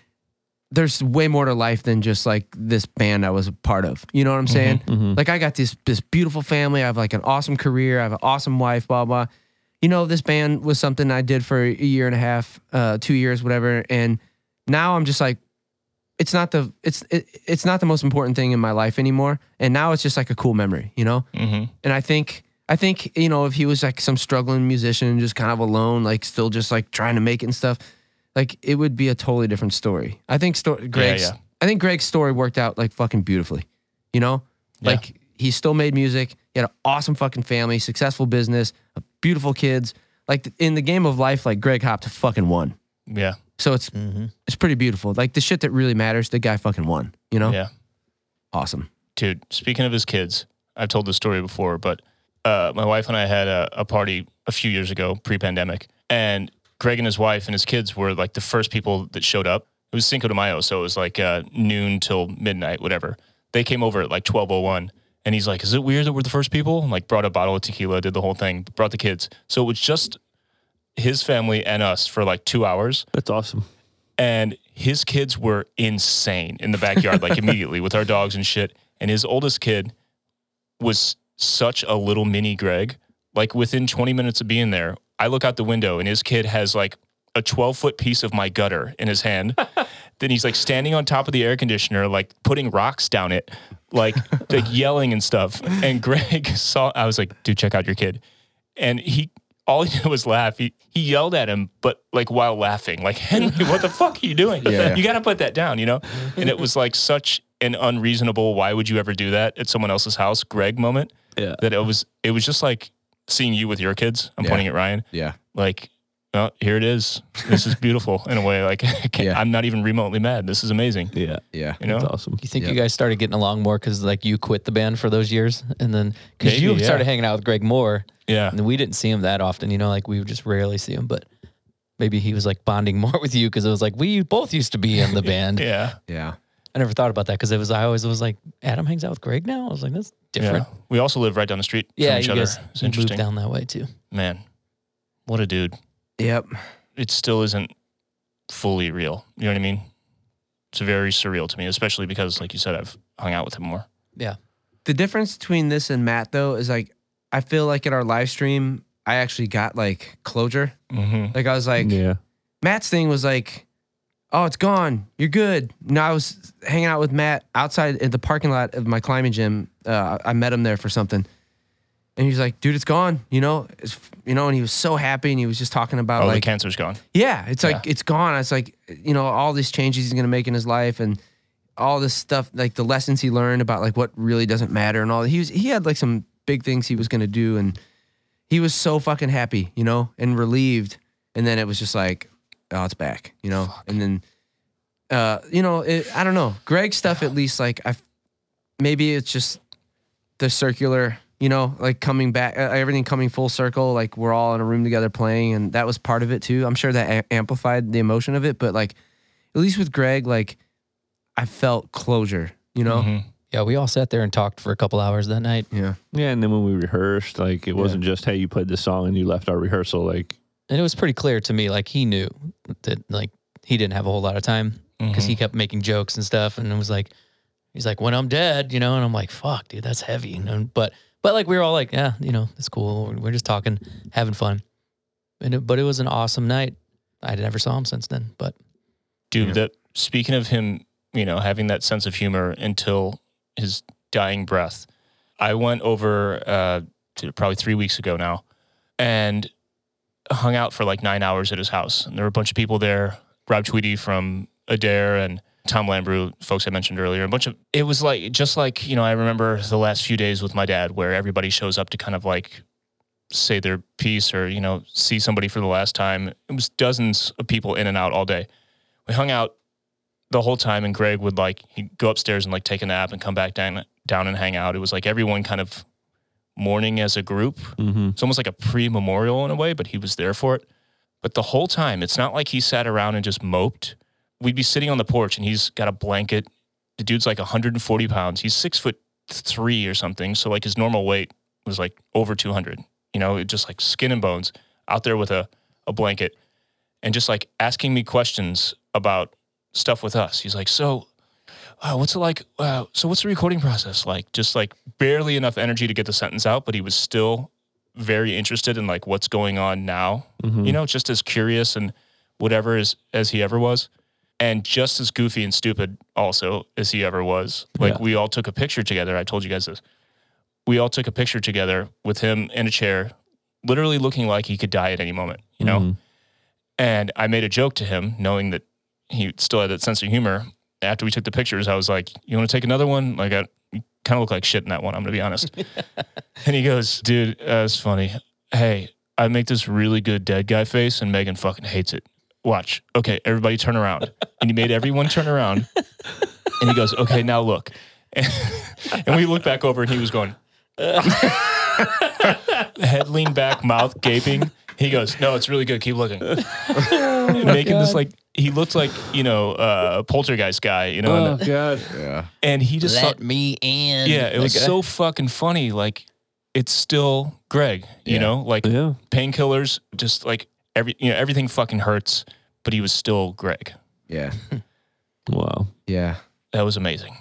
Speaker 3: there's way more to life than just like this band i was a part of you know what i'm saying
Speaker 4: Mhm.
Speaker 3: like I got this this beautiful family. I have like an awesome career. I have an awesome wife. Blah blah. You know, this band was something I did for a year and a half, uh, two years, whatever. And now I'm just like, it's not the it's it, it's not the most important thing in my life anymore. And now it's just like a cool memory, you know.
Speaker 1: hmm
Speaker 3: And I think I think you know if he was like some struggling musician, just kind of alone, like still just like trying to make it and stuff, like it would be a totally different story. I think story Greg's
Speaker 1: yeah.
Speaker 3: I think Greg's story worked out like fucking beautifully. You know,
Speaker 1: Yeah.
Speaker 3: like he still made music. He had an awesome fucking family, successful business, beautiful kids. Like th- in the game of life, like Greg Hopped fucking won.
Speaker 1: Yeah.
Speaker 3: So it's
Speaker 2: Mm-hmm.
Speaker 3: it's pretty beautiful. Like the shit that really matters, the guy fucking won. You know,
Speaker 1: Yeah.
Speaker 3: awesome.
Speaker 1: Dude, speaking of his kids, I've told this story before, but uh, my wife and I had a, a party a few years ago, pre pandemic, and Greg and his wife and his kids were like the first people that showed up. It was Cinco de Mayo, so it was like uh, noon till midnight, whatever. They came over at like twelve oh one, and he's like, "Is it weird that we're the first people?" And, like brought a bottle of tequila, did the whole thing, brought the kids. So it was just his family and us for like two hours,
Speaker 4: That's awesome.
Speaker 1: and his kids were insane in the backyard, like immediately with our dogs and shit. And his oldest kid was such a little mini Greg. Like within 20 minutes of being there, I look out the window and his kid has like a 12 foot piece of my gutter in his hand. then he's like standing on top of the air conditioner, like putting rocks down it, like, like yelling and stuff. And Greg saw, I was like, dude, check out your kid. And he, all he did was laugh. He, he yelled at him, but like while laughing, like, Henry, what the fuck are you doing?
Speaker 3: Yeah.
Speaker 1: You got to put that down, you know? And it was like such an unreasonable, why would you ever do that at someone else's house, Greg moment
Speaker 4: Yeah.
Speaker 1: that it was, it was just like seeing you with your kids. I'm
Speaker 3: Yeah.
Speaker 1: pointing at Ryan
Speaker 3: Yeah.
Speaker 1: like, oh, here it is. This is beautiful in a way. Like, I can't,
Speaker 3: Yeah.
Speaker 1: I'm not even remotely mad. This is amazing.
Speaker 4: Yeah.
Speaker 3: Yeah.
Speaker 1: You know,
Speaker 4: That's awesome.
Speaker 2: You think
Speaker 3: Yep.
Speaker 2: you guys started getting along more because like you quit the band for those years, and then because
Speaker 1: Maybe,
Speaker 2: you
Speaker 1: yeah.
Speaker 2: started hanging out with Greg Moore,
Speaker 1: yeah,
Speaker 2: and we didn't see him that often. You know, like we would just rarely see him, but maybe he was like bonding more with you because it was like we both used to be in the band.
Speaker 1: yeah,
Speaker 3: Yeah.
Speaker 2: I never thought about that because it was I always was like Adam hangs out with Greg now. I was like that's different.
Speaker 1: yeah. We also live right down the street
Speaker 2: Yeah,
Speaker 1: from each
Speaker 2: you
Speaker 1: other.
Speaker 2: guys
Speaker 1: it's
Speaker 2: you moved
Speaker 1: interesting,
Speaker 2: down that way too.
Speaker 1: man. What a dude.
Speaker 3: Yep.
Speaker 1: It still isn't fully real. You know what I mean? It's very surreal to me, especially because, like you said, I've hung out with him more.
Speaker 3: The difference between this and Matt though is like I feel like in our live stream I actually got like closure.
Speaker 1: Mm-hmm.
Speaker 3: Like I was like
Speaker 4: yeah.
Speaker 3: Matt's thing was like, "Oh, it's gone. You're good." No, I was hanging out with Matt outside in the parking lot of my climbing gym. Uh, I met him there for something, and he was like, "Dude, it's gone." You know, it's, you know, and he was so happy, and he was just talking about
Speaker 1: Oh,
Speaker 3: like,
Speaker 1: the cancer's gone.
Speaker 3: yeah, it's like
Speaker 1: Yeah.
Speaker 3: it's gone. It's like you know all these changes he's gonna make in his life and all this stuff, like the lessons he learned about like what really doesn't matter and all. He was he had like some big things he was gonna do, and he was so fucking happy, you know, and relieved. And then it was just like, oh, it's back, you know. And then, uh, you know, it, I don't know. Greg stuff at least like I, maybe it's just the circular, you know, like coming back, uh, everything coming full circle. Like we're all in a room together playing, and that was part of it too. I'm sure that a- amplified the emotion of it, but like at least with Greg, like I felt closure, you know.
Speaker 1: Mhm.
Speaker 2: Yeah, we all sat there and talked for a couple hours that night.
Speaker 3: Yeah,
Speaker 4: Yeah. And then when we rehearsed, like it wasn't just hey, you played this song and you left our rehearsal. Like
Speaker 2: and it was pretty clear to me like he knew that like he didn't have a whole lot of time because he kept making jokes and stuff and it was like he's like when i'm dead you know and i'm like fuck dude that's heavy and, then- but but like we were all like yeah you know it's cool we're, we're just talking having fun and it, but it was an awesome night i never saw him since then but
Speaker 1: dude
Speaker 3: Yeah.
Speaker 1: that speaking of him you know having that sense of humor until his dying breath i went over uh to probably three weeks ago now and hung out for like nine hours at his house and there were a bunch of people there rob tweedy from adair and tom lambrew folks i mentioned earlier a bunch of it was like just like you know i remember the last few days with my dad where everybody shows up to kind of like say their piece or you know see somebody for the last time it was dozens of people in and out all day we hung out the whole time and Greg would like he'd go upstairs and like take a nap and come back down down and hang out. It was like everyone kind of mourning as a group.
Speaker 4: mm-hmm,
Speaker 1: It's almost like a pre-memorial in a way, but he was there for it. But the whole time, it's not like he sat around and just moped. We'd be sitting on the porch and he's got a blanket. The dude's like 140 pounds. He's six foot three or something. So like his normal weight was like over 200, you know, it just like skin and bones out there with a, a blanket and just like asking me questions about stuff with us. He's like, so uh, what's it like? Uh, so what's the recording process like? Just like barely enough energy to get the sentence out, but he was still very interested in like what's going on now.
Speaker 4: Mhm.
Speaker 1: You know, just as curious and whatever as as he ever was, and just as goofy and stupid also as he ever was. Like
Speaker 4: Yeah.
Speaker 1: we all took a picture together. I told you guys this. We all took a picture together with him in a chair, literally looking like he could die at any moment. You know.
Speaker 4: Mhm.
Speaker 1: And I made a joke to him, knowing that he still had that sense of humor. After we took the pictures, I was like, "You want to take another one?" Like, I kind of look like shit in that one. I'm gonna be honest. and he goes, "Dude, that's funny. Hey, I make this really good dead guy face, and Megan fucking hates it. Watch. Okay, everybody turn around." And he made everyone turn around. And he goes, "Okay, now look." And, and we looked back over, and he was going, head leaned back, mouth gaping. He goes, no, it's really good. Keep looking. Making this
Speaker 2: God.
Speaker 1: like he looked like you know uh, poltergeist guy, you know, and,
Speaker 4: God.
Speaker 3: Yeah.
Speaker 1: and he just
Speaker 5: Let
Speaker 1: thought-
Speaker 5: me in.
Speaker 1: yeah, it was
Speaker 5: Okay.
Speaker 3: uh,
Speaker 1: so fucking funny. Like it's still Greg, you
Speaker 5: Yeah.
Speaker 1: know, like
Speaker 4: Yeah.
Speaker 1: painkillers, just like every you know everything fucking hurts, but he was still Greg.
Speaker 3: Yeah.
Speaker 4: Wow.
Speaker 3: Yeah.
Speaker 1: That was amazing.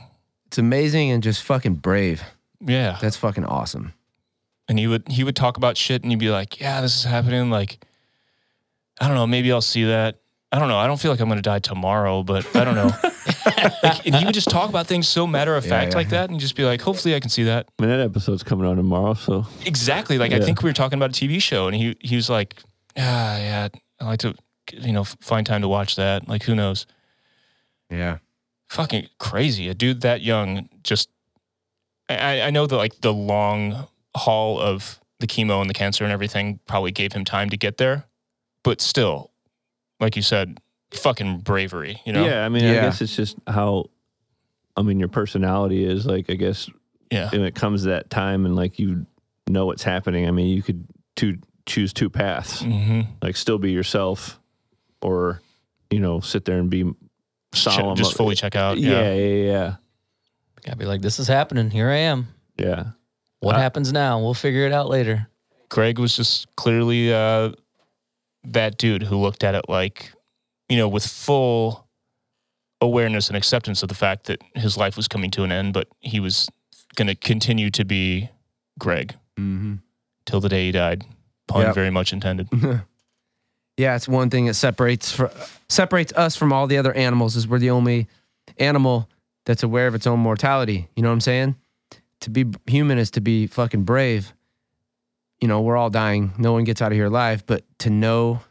Speaker 3: It's amazing and just fucking brave.
Speaker 1: Yeah,
Speaker 3: That's fucking awesome.
Speaker 1: and he would he would talk about shit, and he'd be like, yeah, this is happening. Like I don't know, maybe I'll see that. I don't know. I don't feel like I'm gonna die tomorrow, but I don't know. like, and he would just talk about things so matter of
Speaker 3: Yeah,
Speaker 1: fact
Speaker 3: yeah.
Speaker 1: like that, and just be like, hopefully I can see that.
Speaker 4: I mean, that episode's coming out tomorrow, so
Speaker 1: Exactly. Like I
Speaker 4: Yeah.
Speaker 1: think we were talking about a TV show, and he he was like, "Ah, yeah, I like to, you know, f- find time to watch that. Like, who knows?
Speaker 3: Yeah.
Speaker 1: Fucking crazy. A dude that young, just I I- I know that like the long haul of the chemo and the cancer and everything probably gave him time to get there, but still, like you said, fucking bravery. You know?
Speaker 4: yeah. I mean, I
Speaker 3: Yeah.
Speaker 4: guess it's just how. I mean, your personality is like. I guess
Speaker 1: Yeah.
Speaker 4: when it comes to that time and like you know what's happening. I mean, you could two choose two paths.
Speaker 1: hmm
Speaker 4: Like, still be yourself, or you know, sit there and be solemn.
Speaker 1: just fully check out.
Speaker 4: Yeah.
Speaker 1: Yeah.
Speaker 4: Yeah. Yeah.
Speaker 2: I'd be like, this is happening. Here I am.
Speaker 4: Yeah. yeah.
Speaker 2: What
Speaker 4: Uh,
Speaker 2: happens now? We'll figure it out later.
Speaker 1: Greg was just clearly uh, that dude who looked at it like, you know, with full awareness and acceptance of the fact that his life was coming to an end, but he was going to continue to be Greg
Speaker 3: Mm-hmm.
Speaker 1: till the day he died. Pun
Speaker 3: Yep.
Speaker 1: very much intended.
Speaker 3: Yeah, it's one thing that separates fr- separates us from all the other animals is we're the only animal that's aware of its own mortality. You know what I'm saying? To be b- human is to be fucking brave. You know, we're all dying. No one gets out of here alive, but to know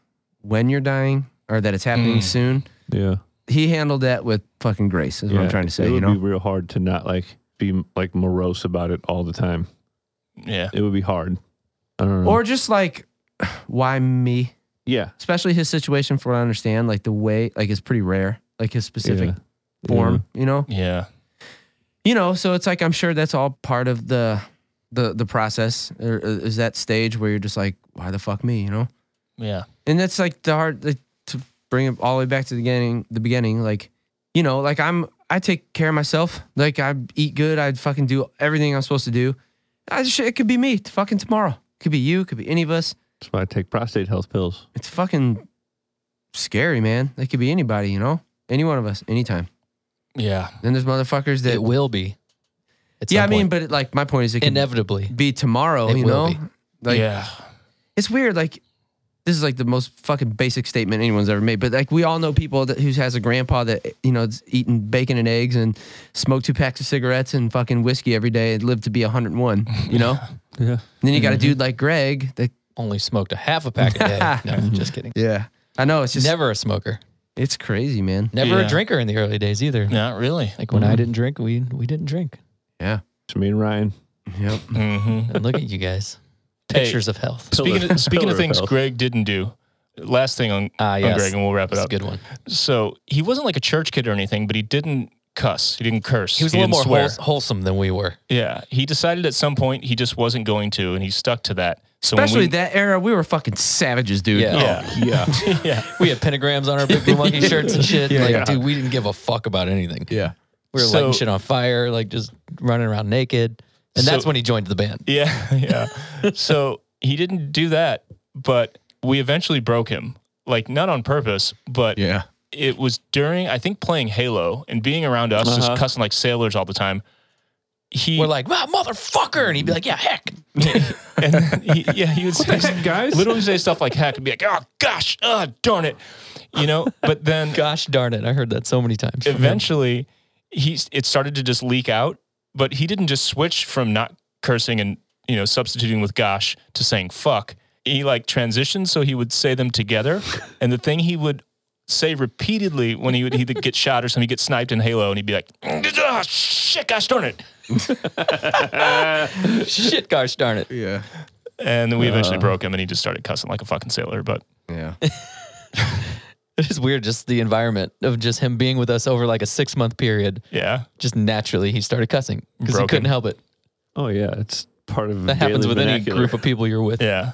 Speaker 3: when you're dying or that it's happening
Speaker 1: Mm.
Speaker 3: soon,
Speaker 4: Yeah.
Speaker 3: he handled that with fucking grace. Is what I'm
Speaker 4: Yeah.
Speaker 3: trying to say.
Speaker 4: It would
Speaker 3: You know?
Speaker 4: be real hard to not like be like morose about it all the time.
Speaker 1: Yeah.
Speaker 4: It would be hard. I don't know.
Speaker 3: or just like, why me?
Speaker 4: yeah,
Speaker 3: Especially his situation, for what I understand, like the way, like it's pretty rare, like his specific
Speaker 4: Yeah.
Speaker 3: form. You know?
Speaker 1: Yeah.
Speaker 3: you know so it's like i'm sure that's all part of the the the process or or is that stage where you're just like why the fuck me you know
Speaker 1: Yeah.
Speaker 3: and that's like the hard like, to bring it all the way back to the beginning the beginning like you know like i'm i take care of myself like i eat good i fucking do everything i'm supposed to do I just, it could be me fucking tomorrow could be you could be any of us
Speaker 4: That's why I take prostate health pills.
Speaker 3: it's fucking scary man it could be anybody you know any one of us anytime
Speaker 1: Yeah.
Speaker 3: then there's motherfuckers that
Speaker 2: It will be. At
Speaker 3: yeah i
Speaker 2: some
Speaker 3: mean
Speaker 2: point.
Speaker 3: but it, like my point is it could
Speaker 2: inevitably.
Speaker 3: be tomorrow
Speaker 2: It
Speaker 3: you
Speaker 2: will
Speaker 3: know
Speaker 2: be.
Speaker 3: like
Speaker 1: yeah.
Speaker 3: it's weird. Like this is like the most fucking basic statement anyone's ever made. But like we all know people that who has a grandpa that you know is eating bacon and eggs and smoke two packs of cigarettes and fucking whiskey every day and lived to be 101. You know.
Speaker 4: Yeah.
Speaker 3: And then you got a dude like Greg that.
Speaker 2: Only smoked a half a pack a day. No, just kidding.
Speaker 3: Yeah. I know it's just
Speaker 2: Never a smoker.
Speaker 3: it's crazy, man.
Speaker 2: Never
Speaker 1: Yeah.
Speaker 2: a drinker in the early days either.
Speaker 1: Not really.
Speaker 2: Like when I didn't drink, we we didn't drink.
Speaker 4: It's me and Ryan.
Speaker 3: Yep.
Speaker 1: hmm
Speaker 3: Mm-hmm.
Speaker 2: And look at you guys.
Speaker 1: Hey.
Speaker 2: Pictures of health.
Speaker 1: Speaking of, speaking
Speaker 4: pillar
Speaker 1: of things
Speaker 4: health.
Speaker 1: Greg didn't do, last thing on,
Speaker 2: Ah,
Speaker 1: on
Speaker 2: yes.
Speaker 1: Greg, and we'll wrap it
Speaker 2: That's a
Speaker 1: up.
Speaker 2: good one.
Speaker 1: So he wasn't like a church kid or anything, but he didn't cuss. He didn't curse.
Speaker 2: He was a little
Speaker 1: didn't
Speaker 2: more
Speaker 1: swear.
Speaker 2: wholes- wholesome than we were.
Speaker 1: Yeah, he decided at some point he just wasn't going to, and he stuck to that. So when
Speaker 3: Especially
Speaker 1: we-
Speaker 3: that era, we were fucking savages, dude. Oh,
Speaker 2: Yeah.
Speaker 1: Yeah,
Speaker 4: Yeah.
Speaker 1: yeah,
Speaker 2: We had pentagrams on our big blue monkey shirts and shit. like,
Speaker 4: yeah.
Speaker 2: dude, we didn't give a fuck about anything.
Speaker 3: Yeah.
Speaker 2: We were
Speaker 1: So-
Speaker 2: lighting shit on fire, like just running around naked. And that's
Speaker 1: So-
Speaker 2: when he joined the band.
Speaker 1: yeah, yeah. so he didn't do that, but we eventually broke him. Like not on purpose, but
Speaker 3: Yeah.
Speaker 1: it was during I think playing Halo and being around us, just
Speaker 4: Uh-huh.
Speaker 1: cussing like sailors all the time. He
Speaker 2: We're like, wow, motherfucker. And he'd be like, yeah, heck.
Speaker 1: and then he, yeah, he would say
Speaker 4: guys?
Speaker 1: literally say stuff like heck and be like, oh gosh, oh darn it, you know. But then
Speaker 2: Gosh darn it. I heard that so many times. from him.
Speaker 1: eventually he it started to just leak out but he didn't just switch from not cursing and you know substituting with gosh to saying fuck he like transitioned so he would say them together and the thing he would say repeatedly when he would he'd get shot or something he'd get sniped in halo and he'd be like oh, shit gosh darn it
Speaker 2: Shit, gosh darn it.
Speaker 3: Yeah.
Speaker 1: and then we eventually
Speaker 2: Uh.
Speaker 1: broke him and he just started cussing like a fucking sailor but
Speaker 3: Yeah.
Speaker 2: It is weird, just the environment of just him being with us over like a six month period.
Speaker 1: yeah
Speaker 2: Just naturally, he started cussing because he
Speaker 1: Broken.
Speaker 2: couldn't help it.
Speaker 4: Oh yeah. It's part of
Speaker 2: That happens
Speaker 4: daily
Speaker 2: with any
Speaker 4: vernacular.
Speaker 2: group of people you're with.
Speaker 1: yeah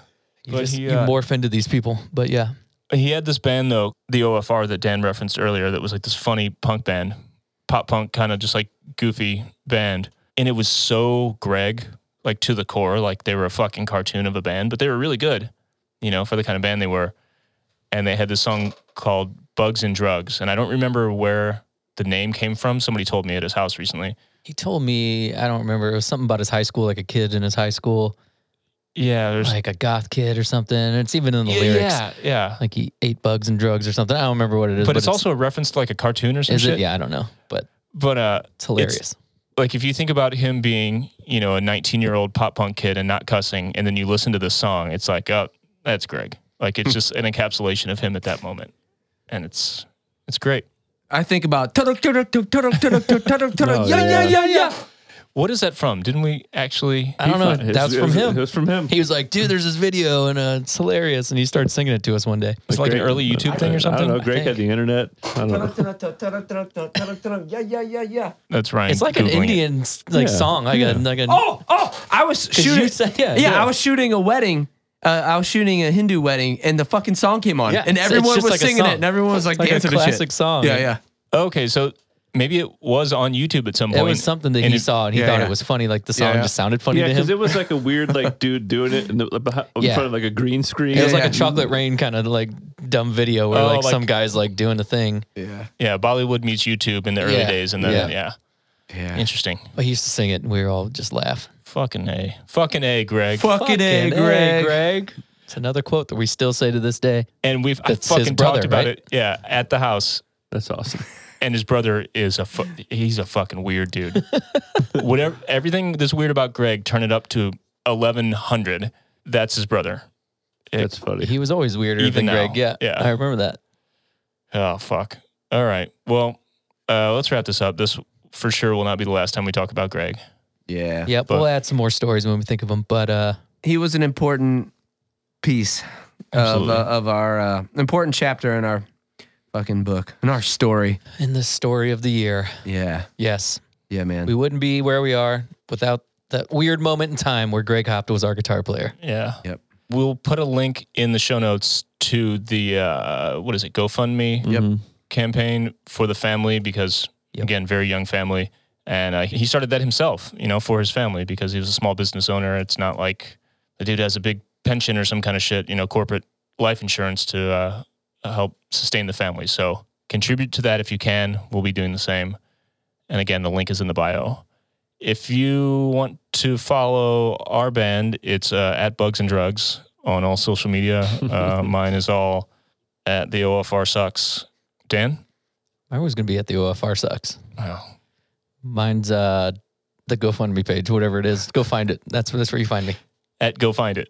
Speaker 2: You,
Speaker 1: But
Speaker 2: just,
Speaker 1: he,
Speaker 2: you
Speaker 1: uh,
Speaker 2: morph into these people. But yeah,
Speaker 1: He had this band though, the OFR that Dan referenced earlier, that was like this funny punk band, pop punk kind of just like goofy band, and it was so Greg like to the core, like they were a fucking cartoon of a band, but they were really good, you know, for the kind of band they were, and they had this song called "Bugs and Drugs," and I don't remember where the name came from. Somebody told me at his house recently.
Speaker 2: he told me I don't remember. It was something about his high school, like a kid in his high school,
Speaker 1: Yeah, there's
Speaker 2: like a goth kid or something. And it's even in the lyrics,
Speaker 1: Yeah, yeah.
Speaker 2: like he ate bugs and drugs or something. I don't remember what it is,
Speaker 1: But, it's, also a reference to like a cartoon or some
Speaker 2: is
Speaker 1: shit.
Speaker 2: it? Yeah, I don't know, but
Speaker 1: But uh,
Speaker 2: it's hilarious.
Speaker 1: like if you think about him being, you know, a 19 year old pop punk kid and not cussing, and then you listen to this song, it's like, oh, that's Greg. Like
Speaker 2: Hmm.
Speaker 1: it's just an encapsulation of him at that moment, and it's it's great.
Speaker 3: I think about "Tuduk, tuduk, tuduk, tuduk, tuduk, tuduk, tuduk, tuduk, yeah, yeah, yeah, yeah.
Speaker 1: What is that from? Didn't we actually?
Speaker 2: I don't know.
Speaker 4: His-
Speaker 2: That's from
Speaker 4: his-
Speaker 2: him.
Speaker 4: It was from him.
Speaker 2: He was like, dude, there's this video and uh, it's hilarious. And he started singing it to us one day.
Speaker 1: It's like an early YouTube thing or
Speaker 4: I don't
Speaker 1: something.
Speaker 4: know. Greg had the internet. I
Speaker 3: Tuduk,
Speaker 4: don't know.
Speaker 3: tuduk, tuduk, tuduk, tuduk, tuduk, tuduk, tuduk, Yeah, yeah, yeah, yeah.
Speaker 1: That's Ryan.
Speaker 2: It's like an
Speaker 1: Googling it.
Speaker 2: Indian s- like
Speaker 4: Yeah.
Speaker 2: song, like a like a
Speaker 3: Oh, oh, I was shooting.
Speaker 2: you said- yeah,
Speaker 3: yeah,
Speaker 2: yeah.
Speaker 3: I was shooting a wedding. Uh, I was shooting a Hindu wedding, and the fucking song came on,
Speaker 2: Yeah,
Speaker 3: and
Speaker 2: it's- it's
Speaker 3: everyone
Speaker 2: just
Speaker 3: was
Speaker 2: like a
Speaker 3: singing
Speaker 2: song.
Speaker 3: it, and everyone was like,
Speaker 2: Like a
Speaker 3: dancing to
Speaker 2: classic
Speaker 3: shit.
Speaker 2: song.
Speaker 3: Yeah, yeah.
Speaker 1: Okay, so maybe it was on YouTube at some
Speaker 2: It
Speaker 1: point.
Speaker 2: was something that
Speaker 1: and
Speaker 2: he
Speaker 1: it-
Speaker 2: saw and he
Speaker 3: yeah,
Speaker 2: thought
Speaker 3: yeah.
Speaker 2: it was funny. Like the song
Speaker 3: yeah.
Speaker 2: just sounded funny
Speaker 4: Yeah,
Speaker 2: to
Speaker 4: because
Speaker 2: him.
Speaker 4: it was like a weird like dude doing it in, the, behi- in
Speaker 2: Yeah.
Speaker 4: front of like a green screen.
Speaker 2: It was
Speaker 3: Yeah,
Speaker 2: like a
Speaker 3: yeah.
Speaker 2: chocolate rain kind of like dumb video where
Speaker 1: Oh,
Speaker 2: like,
Speaker 1: like-
Speaker 2: some guy's like doing the thing.
Speaker 3: Yeah.
Speaker 1: Yeah, Bollywood meets YouTube in the early
Speaker 2: Yeah,
Speaker 1: days, and then yeah.
Speaker 3: Yeah.
Speaker 1: interesting.
Speaker 2: But he used to sing it and we were all just laugh.
Speaker 1: Fucking a, fucking a, Greg.
Speaker 2: Fucking
Speaker 3: Fucking A,
Speaker 2: A,
Speaker 3: Greg.
Speaker 2: Greg. It's another quote that we still say to this day.
Speaker 1: And we've I
Speaker 2: That's his
Speaker 1: fucking
Speaker 2: brother,
Speaker 1: talked about
Speaker 2: right?
Speaker 1: it. Yeah, at the house.
Speaker 4: That's awesome.
Speaker 1: and his brother is a fu- he's a fucking weird dude. Whatever everything that's weird about Greg, turn it up to eleven hundred. That's his brother. It-
Speaker 4: That's funny.
Speaker 2: He was always weirder
Speaker 1: Even
Speaker 2: than
Speaker 1: now.
Speaker 2: Greg. Yeah.
Speaker 1: Yeah.
Speaker 2: I remember that.
Speaker 1: oh fuck. All right. Well, uh, let's wrap this up. This for sure will not be the last time we talk about Greg.
Speaker 3: Yeah.
Speaker 2: Yep.
Speaker 1: But-
Speaker 2: we'll add some more stories when we think of them. But uh
Speaker 3: He was an important piece of, uh,
Speaker 1: Absolutely.
Speaker 3: of our uh, important chapter in our fucking book, in our story.
Speaker 2: in the story of the year.
Speaker 3: Yeah.
Speaker 2: Yes.
Speaker 3: Yeah, man.
Speaker 2: We wouldn't be where we are without that weird moment in time where Greg Hopped was our guitar player.
Speaker 1: Yeah.
Speaker 3: Yep.
Speaker 1: We'll put a link in the show notes to the uh, what is it GoFundMe
Speaker 3: Yep.
Speaker 4: Mm-hmm.
Speaker 1: campaign for the family because
Speaker 2: Yep.
Speaker 1: again very young family and uh, he started that himself you know for his family because he was a small business owner it's not like the dude has a big pension or some kind of shit you know corporate life insurance to uh, help sustain the family so contribute to that if you can we'll be doing the same and again the link is in the bio if you want to follow our band it's uh, at bugs and drugs on all social media uh, mine is all at the ofr sucks dan
Speaker 2: Mine was gonna be at the OFR sucks.
Speaker 1: Wow.
Speaker 2: Mine's uh the GoFundMe page, whatever it is. Go find it. That's where that's where you find me.
Speaker 1: At go find it.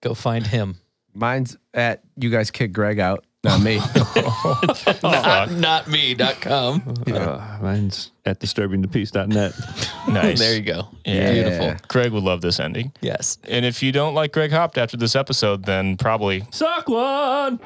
Speaker 2: Go find him.
Speaker 3: Mine's at you guys kick Greg out, not me.
Speaker 2: not,
Speaker 1: Fuck.
Speaker 2: not me.com.
Speaker 4: Uh, mine's at disturbingthepeace.net.
Speaker 1: Nice.
Speaker 2: There you go.
Speaker 1: Yeah.
Speaker 2: Beautiful.
Speaker 3: Yeah.
Speaker 1: Greg would love this ending.
Speaker 2: Yes.
Speaker 1: And if you don't like Greg Hopped after this episode, then probably
Speaker 4: Suck one.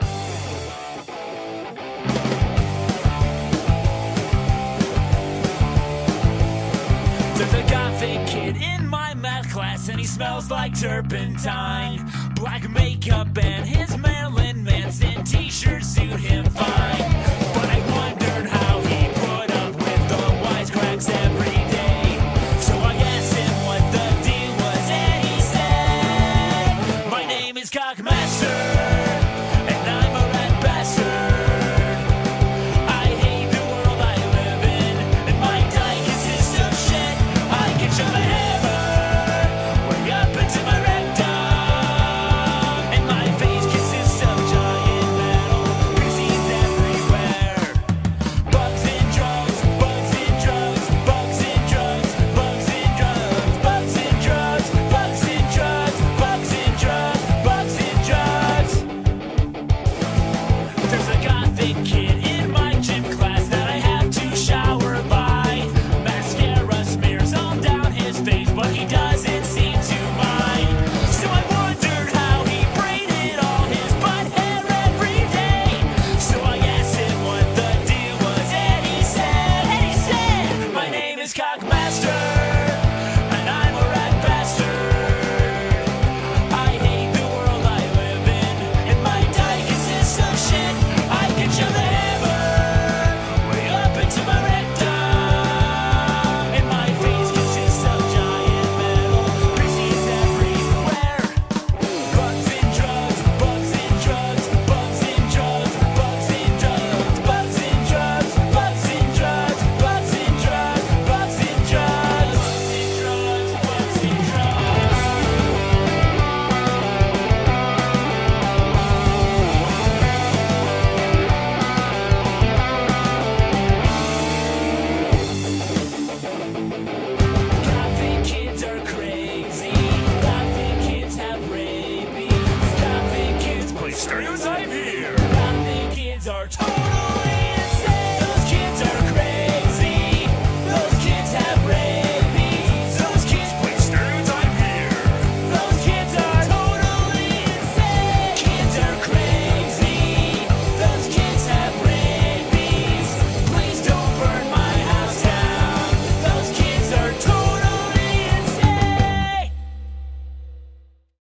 Speaker 5: There's a gothic kid in my math class, and he smells like turpentine. Black makeup and his Marilyn Manson t shirt suit him fine. But I wondered how he put up with the wisecracks every day. So I asked him what the deal was, and he said, My name is Cockmaster, and I'm a rat bastard. I hate the world I live in, and my diet consists of shit. I can shove a hammer way up into my rectum, and my face kisses Stereotype here. Not the kids are talking.